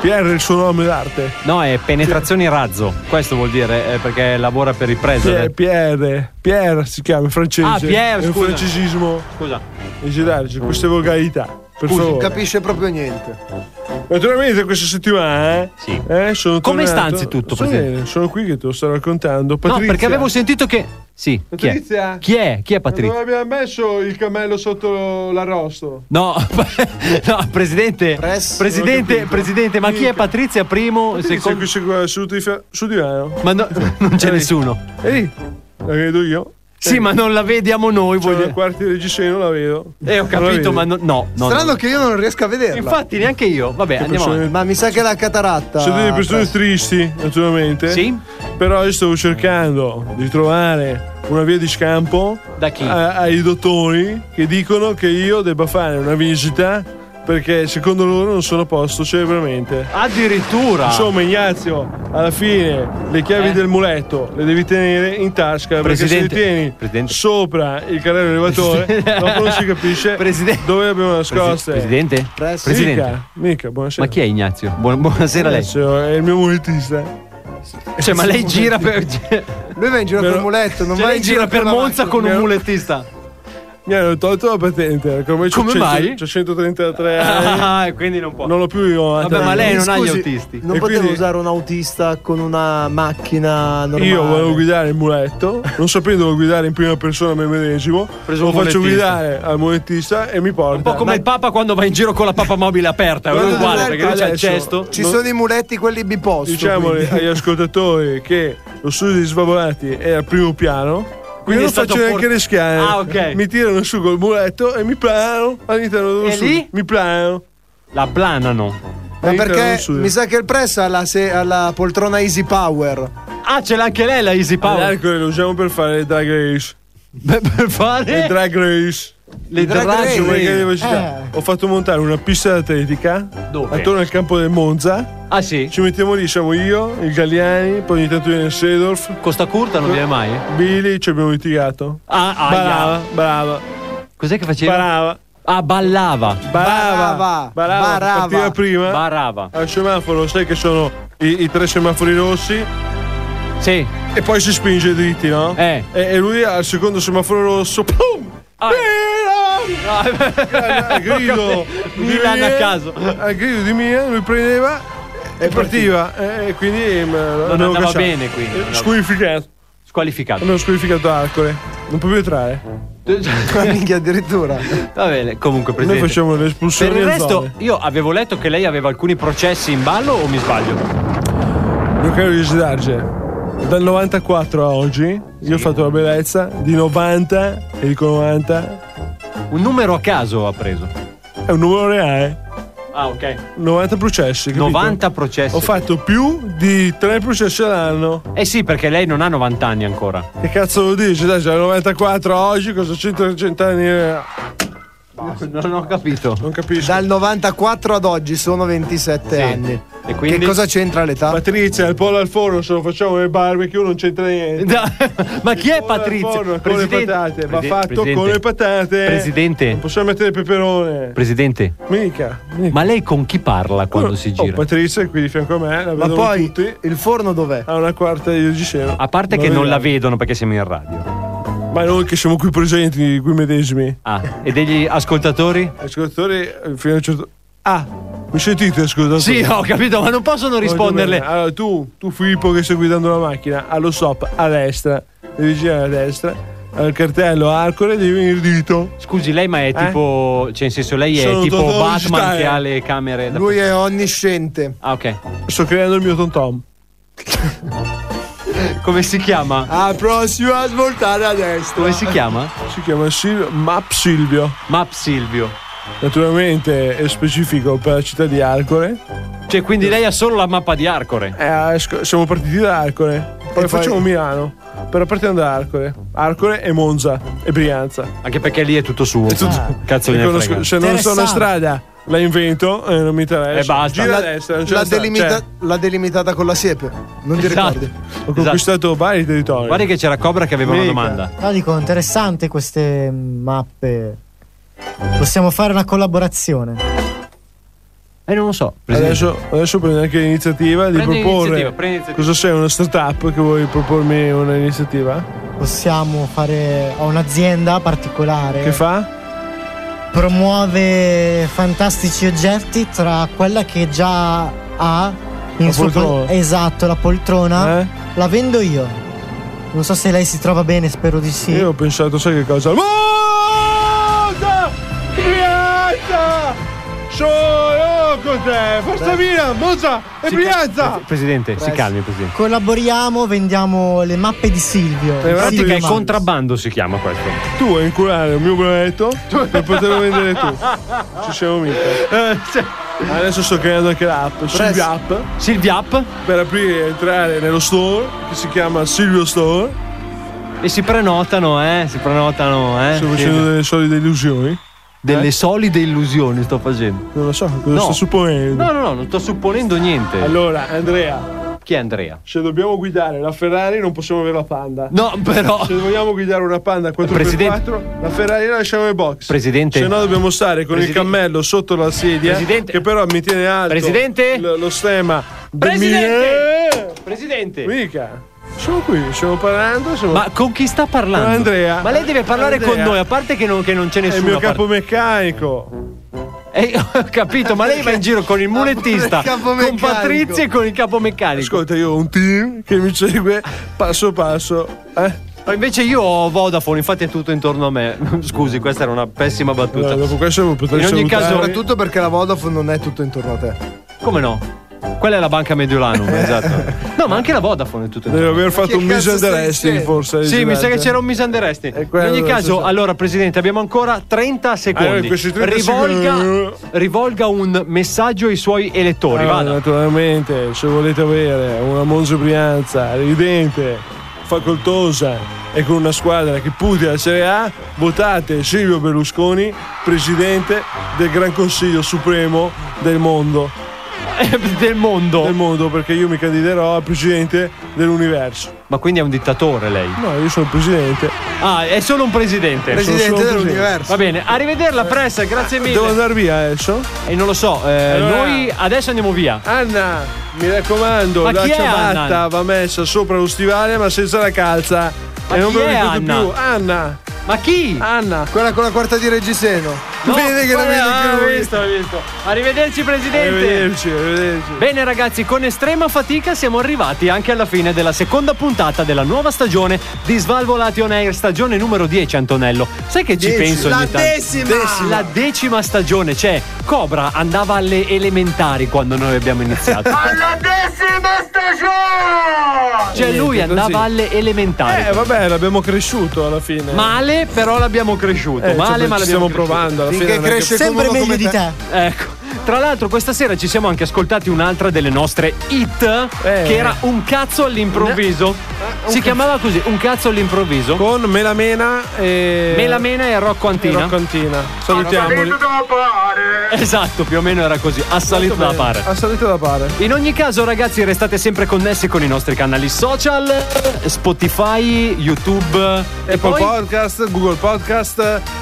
I: PR è il suo nome d'arte.
J: No, è penetrazioni razzo. Questo vuol dire eh, perché lavora per il
I: Pier,
J: preso.
I: Cioè, Pierre, Pierre si chiama in francese.
J: Ah, Pierre,
I: è un
J: scusa.
I: francisismo.
J: Scusa.
I: E girarci queste vocalità. Per
K: Scusi, non
I: favore.
K: capisce proprio niente.
I: Naturalmente questa settimana eh,
J: Sì.
I: eh, sono
J: Come sta
I: tornato-
J: anzitutto,
I: Sono
J: Presidente?
I: bene, sono qui che te lo sto raccontando.
J: No,
I: Patrizia,
J: perché avevo sentito che. Sì, chi è?
I: Patrizia?
J: Chi è? Chi è Patrizia?
I: Dove abbiamo messo il cammello sotto l'arrosto?
J: No, no, presidente, presidente, presidente, ma chi è Patrizia Primo?
I: Patrizia Eh.
J: Secondo...
I: qui secondo... seduto di fianco- sul divano.
J: Ma no, non c'è
I: Ehi.
J: nessuno.
I: Ehi, la vedo io.
J: Sì, ma non la vediamo noi.
I: C'è
J: voglio-
I: una quarti di reggiseno, la vedo.
J: Eh, ho
I: Non la
J: capito,
I: vedi?
J: ma no, no, no,
K: Strano
J: no.
K: che io non riesco a vederla.
J: Infatti, neanche io. Vabbè,
I: Che
J: andiamo
I: persone-
J: avanti.
K: Ma mi sa che è la cataratta.
I: Siete delle persone tristi, naturalmente.
J: Sì.
I: Però io stavo cercando di trovare una via di scampo
J: Da chi?
I: a- ai dottori che dicono che io debba fare una visita perché secondo loro non sono a posto cioè cerebramente.
J: Addirittura.
I: Insomma, Ignazio, alla fine le chiavi
J: Ah. Eh?
I: del muletto le devi tenere in tasca
J: Presidente,
I: perché se le tieni
J: Presidente.
I: sopra il carrello elevatore, dopo non si capisce dove le abbiamo nascoste.
J: Presidente?
I: Presi-
J: Presidente?
I: Mica, mica, buonasera.
J: Ma chi è Ignazio? Buon- buonasera a lei.
I: Ignazio è il mio muletista.
J: Cioè, ma lei gira per. cioè,
K: Lui va in giro
I: Però-
K: per muletto, non va
J: lei
K: in giro
J: gira per
K: la
J: Monza
K: macchina.
J: con un
I: Vero.
J: mulettista.
I: Mi hanno tolto la patente. Come,
J: Come mai?
I: C'ho 133 anni.
J: Ah, e quindi non può.
I: Non l'ho più io.
J: Vabbè, ma lei non ha gli
I: Scusi,
J: autisti.
I: E
B: Non potevo
I: quindi-
B: usare un autista con una macchina normale.
I: Io volevo guidare il muletto, non sapendolo guidare in prima persona me medesimo,
J: preso
I: lo
J: un
I: faccio
J: mulettista.
I: guidare al mulettista e mi porta.
J: Un po' come il Papa quando va in giro con la papa mobile aperta, è
I: Guarda,
J: uguale
I: guarda,
J: perché lui c'ha il
I: adesso-
J: cesto.
K: Ci sono i muletti quelli biposto.
I: Diciamo
K: quindi.
I: agli ascoltatori che lo studio di Svavolati è al primo piano.
J: Quindi
I: Quindi non
J: è stato
I: faccio neanche
J: for-
I: rischiare.
J: Ah, ok.
I: Mi tirano su col muletto e mi planano all'interno dello
J: E
I: studio.
J: lì?
I: Mi planano.
J: La planano.
K: Ma
I: All'interno dello
K: perché
I: studio.
K: mi sa che il press ha la, se- ha la poltrona Easy Power.
J: Ah, ce l'ha anche lei la Easy Power.
I: L'alcol lo usiamo per fare le drag race.
J: Beh, per
I: Le
J: fare
I: drag race.
J: Eh. le
K: drag race.
I: Su
J: drag
I: una grande
J: race. Eh.
I: velocità. Ho fatto montare una pista d'atletica
J: Dove?
I: attorno al campo del Monza.
J: Ah, sì.
I: Ci mettiamo lì, siamo io, il Galliani, poi ogni tanto viene il Sedorf,
J: Costa curta non viene mai.
I: Billy, ci abbiamo litigato.
J: Ah, ah,
I: Brava,
J: yeah.
I: brava,
J: Cos'è che faceva?
I: brava,
J: Ah, ballava.
I: brava,
K: Barava,
I: brava,
K: barava.
I: partiva prima.
J: Barava.
I: al semaforo, sai che sono i, i tre semafori rossi
J: Sì.
I: e poi si spinge dritti, no?
J: Eh.
I: E, e lui al secondo semaforo rosso, pum!
J: Ah.
I: al eh, grido di
J: Milan a
I: Mia-
J: caso.
I: al grido di Mia lui prendeva e partiva eh, e quindi non
J: andava bene, quindi, non andava-
I: squalificato
J: Squalificato.
I: hanno Eh, squalificato Arcore non può più entrare
K: Minchia, addirittura.
J: Va bene, comunque
I: noi
J: presidente.
I: facciamo le
J: Per
I: espulsioni
J: il
I: a
J: resto,
I: zone.
J: io avevo letto che lei aveva alcuni processi in ballo o mi sbaglio?
I: mio caro Gisidarge dal 94 a oggi io ho fatto la bellezza di 90 e dico 90
J: Un numero a caso ha preso.
I: è un numero reale
J: Ah, ok.
I: 90 processi capito?
J: 90 processi.
I: ho fatto più di 3 processi all'anno
J: Eh sì, perché lei non ha 90 anni ancora.
I: Che cazzo lo dici? Dai, c'è il 94 a oggi, cosa c'entra cent'anni? eh?
J: Non ho capito.
I: Non capisco.
K: Dal 94 ad oggi sono 27
J: Sì.
K: anni.
J: E quindi?
K: Che cosa c'entra l'età?
I: Patrizia, il pollo al forno, se lo facciamo nel barbecue non c'entra niente.
J: No, Ma chi è
I: Il pollo al
J: Patrizia?
I: forno Con le patate, va fatto con le patate. Non
J: Presidente,
I: possiamo mettere il peperone.
J: presidente,
I: Mica. mica.
J: ma lei con chi parla quando si
I: Oh,
J: gira?
I: Patrizia è qui di fianco a me, la
K: Ma
I: vedono
K: poi
I: tutti.
K: il forno dov'è?
I: Ha una quarta di Giselo.
J: A parte che non la vedono perché siamo in radio.
I: Ma noi che siamo qui presenti, qui medesimi.
J: Ah, e degli ascoltatori?
I: Ascoltatori, eh, fino a un certo... Ah, mi sentite ascoltatori?
J: Sì, ho capito, ma non possono risponderle.
I: Come- Allora, tu, tu Filippo che stai guidando la macchina, allo stop a destra, devi girare a destra, al cartello Arcore devi venire dritto.
J: Scusi, lei ma è tipo. Cioè, in senso, lei è
I: Sono
J: tipo
I: Totò
J: Batman
I: Gitaia.
J: che ha le camere. Da...
K: Lui è onnisciente.
J: Ah, ok.
I: Sto creando il mio tom-tom.
J: Come si chiama?
K: A prossima svoltare a destra.
J: Come si chiama?
I: Si chiama Silvio, Map Silvio.
J: Map Silvio.
I: Naturalmente è specifico per la città di Arcore.
J: Cioè, quindi lei ha solo la mappa di Arcore.
I: Eh, sc- siamo partiti da Arcore, poi
K: E poi-
I: facciamo Milano. Però partiamo da Arcore. Arcore e Monza e Brianza.
J: Anche perché lì è tutto suo. Ah. Cazzo,
I: E
J: ne
I: conosco- cioè,
J: frega.
I: se non so una
L: Interessante.
I: strada, la invento e non mi interessa.
J: E basta.
I: Gira a
J: La-
I: destra, non c'è
K: L'ha,
I: una strada.
K: delimita-
I: Cioè,
K: l'ha delimitata con la siepe. Non ti
J: Esatto.
K: ricordi?
I: Ho
J: Esatto.
I: conquistato vari territori.
J: Guarda che c'era Cobra che aveva una
I: Mica.
J: domanda.
L: No, dico, interessante queste mappe. Possiamo fare una collaborazione.
J: Eh, non lo so. presidente.
I: Adesso, adesso prendo anche l'iniziativa di
J: Prendi
I: proporre.
J: iniziativa, prendi iniziativa.
I: Cosa sei? Una startup che vuoi propormi un'iniziativa?
L: Possiamo fare. Ho un'azienda particolare.
I: Che fa?
L: promuove fantastici oggetti tra quella che già ha in
I: La
L: suo pol-
I: poltrona. Eh?
L: esatto, la poltrona. La vendo io. Non so se lei si trova bene, spero di sì.
I: Io ho pensato, sai che cosa?
G: Molta Brianza! Sono con te! Forza Mila, Monza e Brianza!
J: Presidente, si
L: Press.
J: calmi, presidente.
L: Collaboriamo, vendiamo le mappe di Silvio.
I: Eh,
J: In pratica è
L: Silvio Mario.
J: contrabbando si chiama questo.
I: Tu vuoi inculare il mio brevetto per poterlo vendere tu. Ci siamo mica.
J: Eh,
I: Adesso sto creando anche l'app, Silvia App.
J: Silvia App.
I: Per aprire e entrare nello store che si chiama Silvio Store.
J: Eh, E si prenotano, eh? Si prenotano, eh?
I: Sto facendo delle solide illusioni.
J: Delle solide illusioni sto facendo.
I: Non lo so, cosa
J: No.
I: sto supponendo.
J: No, no, no, non sto supponendo niente.
I: Allora, Andrea,
J: Chi è Andrea?
I: se dobbiamo guidare la Ferrari non possiamo avere la Panda.
J: No, però-
I: Se vogliamo guidare una Panda 4x4,
J: Presidente-
I: la Ferrari la lasciamo in box.
J: Presidente.
I: Se no dobbiamo stare con
J: Presidente-
I: il cammello sotto la sedia
J: Presidente-
I: che però mi tiene alto.
J: Presidente?
I: Lo, lo stemma. del
J: Presidente!
I: mio-
J: Presidente!
I: Mica. Sono qui, stiamo parlando, siamo-
J: Ma con chi sta parlando?
I: Con Andrea.
J: Ma lei deve parlare con
I: Andrea.
J: noi, a parte che non, che non c'è
I: È il
J: nessuno.
I: mio
J: a parte-
I: capomeccanico.
J: Eh, ho capito, ma lei va in giro con il mulettista, con
I: capomeccanico.
J: Patrizia e con il capomeccanico.
I: Ascolta, io ho un team che mi segue passo passo. Eh?
J: Ma Invece io ho Vodafone, infatti è tutto intorno a me. Scusi, questa era una pessima battuta.
I: Allora, dopo questo potrei
J: In ogni
I: salutare.
J: caso,
K: Soprattutto perché la Vodafone non è tutto intorno a te.
J: come no? Quella è la banca Mediolanum, esatto. No, ma anche la Vodafone è tutto
I: Deve
J: intorno.
I: aver fatto un misunderstanding forse.
J: Sì, mi sa che
I: Giuseppe.
J: c'era un misunderstanding.
I: quello
J: In ogni
I: dove
J: caso,
I: c'è-
J: allora, Presidente, abbiamo ancora 30
I: Allora,
J: secondi.
I: in questi 30
J: rivolga,
I: secondi- Ah.
J: rivolga un messaggio ai suoi elettori.
I: Allora,
J: Vada.
I: Naturalmente, se volete avere una Monza Brianza ridente, facoltosa e con una squadra che pudia la Serie A, votate Silvio Berlusconi, presidente del Gran Consiglio Supremo del mondo.
J: del mondo?
I: Del mondo, perché io mi candiderò a presidente dell'universo.
J: Ma quindi è un dittatore lei?
I: No, io sono il presidente.
J: Ah, è solo un presidente.
I: Presidente
J: Sono solo un
I: dell'universo.
J: Va bene, arrivederla, Press, grazie mille.
I: Devo andare via adesso?
J: E non lo so, eh,
I: Allora-
J: noi adesso andiamo via.
I: Anna, mi raccomando,
J: Ma
I: la
J: chi è
I: ciabatta
J: Anna?
I: va messa sopra lo stivale ma senza la calza.
J: Ma
I: e non
J: chi
I: me lo
J: è
I: ricordate
J: Anna?
I: più. Anna.
J: Ma chi?
I: Anna.
K: Quella con la quarta di reggiseno. Vede che la
J: vabbè,
K: vede anche
J: ah,
K: lui.
J: visto, visto. Arrivederci, presidente.
I: Arrivederci, arrivederci.
J: Bene ragazzi, con estrema fatica siamo arrivati anche alla fine della seconda puntata della nuova stagione di Svalvolati On Air, stagione numero 10 Antonello. Sai che ci
K: Dieci.
J: penso ogni
K: La
J: tanto?
K: decima!
J: La decima stagione, cioè Cobra andava alle elementari quando noi abbiamo iniziato.
E: Alla decima stagione!
J: Cioè lui
I: Niente,
J: andava
I: così.
J: alle elementari.
I: Eh, vabbè, l'abbiamo cresciuto alla fine.
J: Male, però l'abbiamo cresciuto.
I: Eh,
J: male,
I: cioè,
J: ma
I: ci
J: l'abbiamo
I: stiamo provando
J: cresciuto.
I: alla fine. non è che-
L: Sempre meglio di te.
J: Ecco. Tra l'altro, questa sera ci siamo anche ascoltati un'altra delle nostre hit, che era Un cazzo all'improvviso. si chiamava così, Un cazzo all'improvviso.
I: Con Melamena e.
J: Melamena e eh. Rocco Antina.
I: Rocco Antina. Salutiamoli.
J: Esatto, più o meno era così, assalito da pare.
I: Ha salito da pare.
J: In ogni caso, ragazzi, restate sempre connessi con i nostri canali social, Spotify, YouTube e
I: Apple
J: poi
I: Podcast, Google Podcast,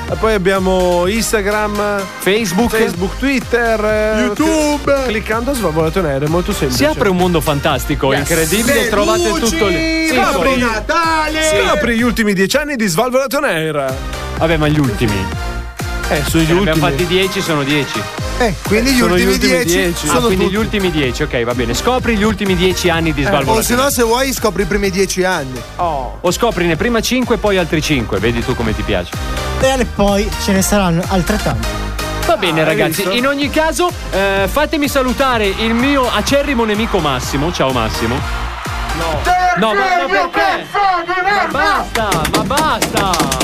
I: eh, poi abbiamo Instagram,
J: Facebook.
I: Facebook, Twitter, eh,
K: YouTube.
I: Cliccando Svalvolato Nero, è molto semplice.
J: Si apre un mondo fantastico, incredibile,
I: Le
J: trovate
I: luci,
J: tutto lì. Sì,
I: Babbo
J: sì.
K: Natale!
I: Scopri gli ultimi dieci anni di Svalvolato Nero.
J: Vabbè, ma gli ultimi.
I: Eh, sono gli
J: Ne abbiamo
I: ultimi.
J: fatti 10, sono 10.
K: Eh, quindi gli
I: Sono
K: ultimi, dieci,
J: Ah,
K: sono
J: quindi
K: tutti.
J: gli ultimi 10, ok, va bene. Scopri gli ultimi 10 anni di
K: Eh, o
J: Svalvolati.
K: se no, se vuoi, scopri i primi dieci anni.
I: Oh.
J: o scoprine prima 5 e poi altri 5, vedi tu come ti piace.
L: E alle- poi ce ne saranno altrettanti.
J: Va bene
I: hai
J: ragazzi,
I: visto?
J: in ogni caso eh, fatemi salutare il mio acerrimo nemico Massimo. Ciao Massimo. No, ma, ma perché? Ma basta, ma basta.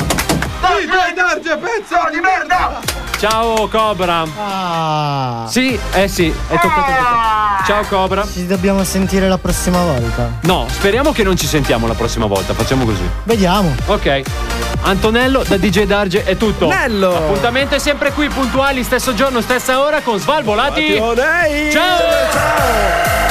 G: DJ Darge, pezzo di merda!
J: Ciao Cobra.
L: Ah,
J: Sì, eh sì, è toccato a te. Ciao Cobra.
L: ci dobbiamo sentire la prossima volta.
J: No, speriamo che non ci sentiamo la prossima volta, facciamo così.
L: Vediamo.
J: Ok. Antonello da DJ Darge è tutto.
I: Bello.
J: Appuntamento è sempre qui, puntuali, stesso giorno, stessa ora con Svalvolati.
I: Oh, Svalvolati.
J: Ciao.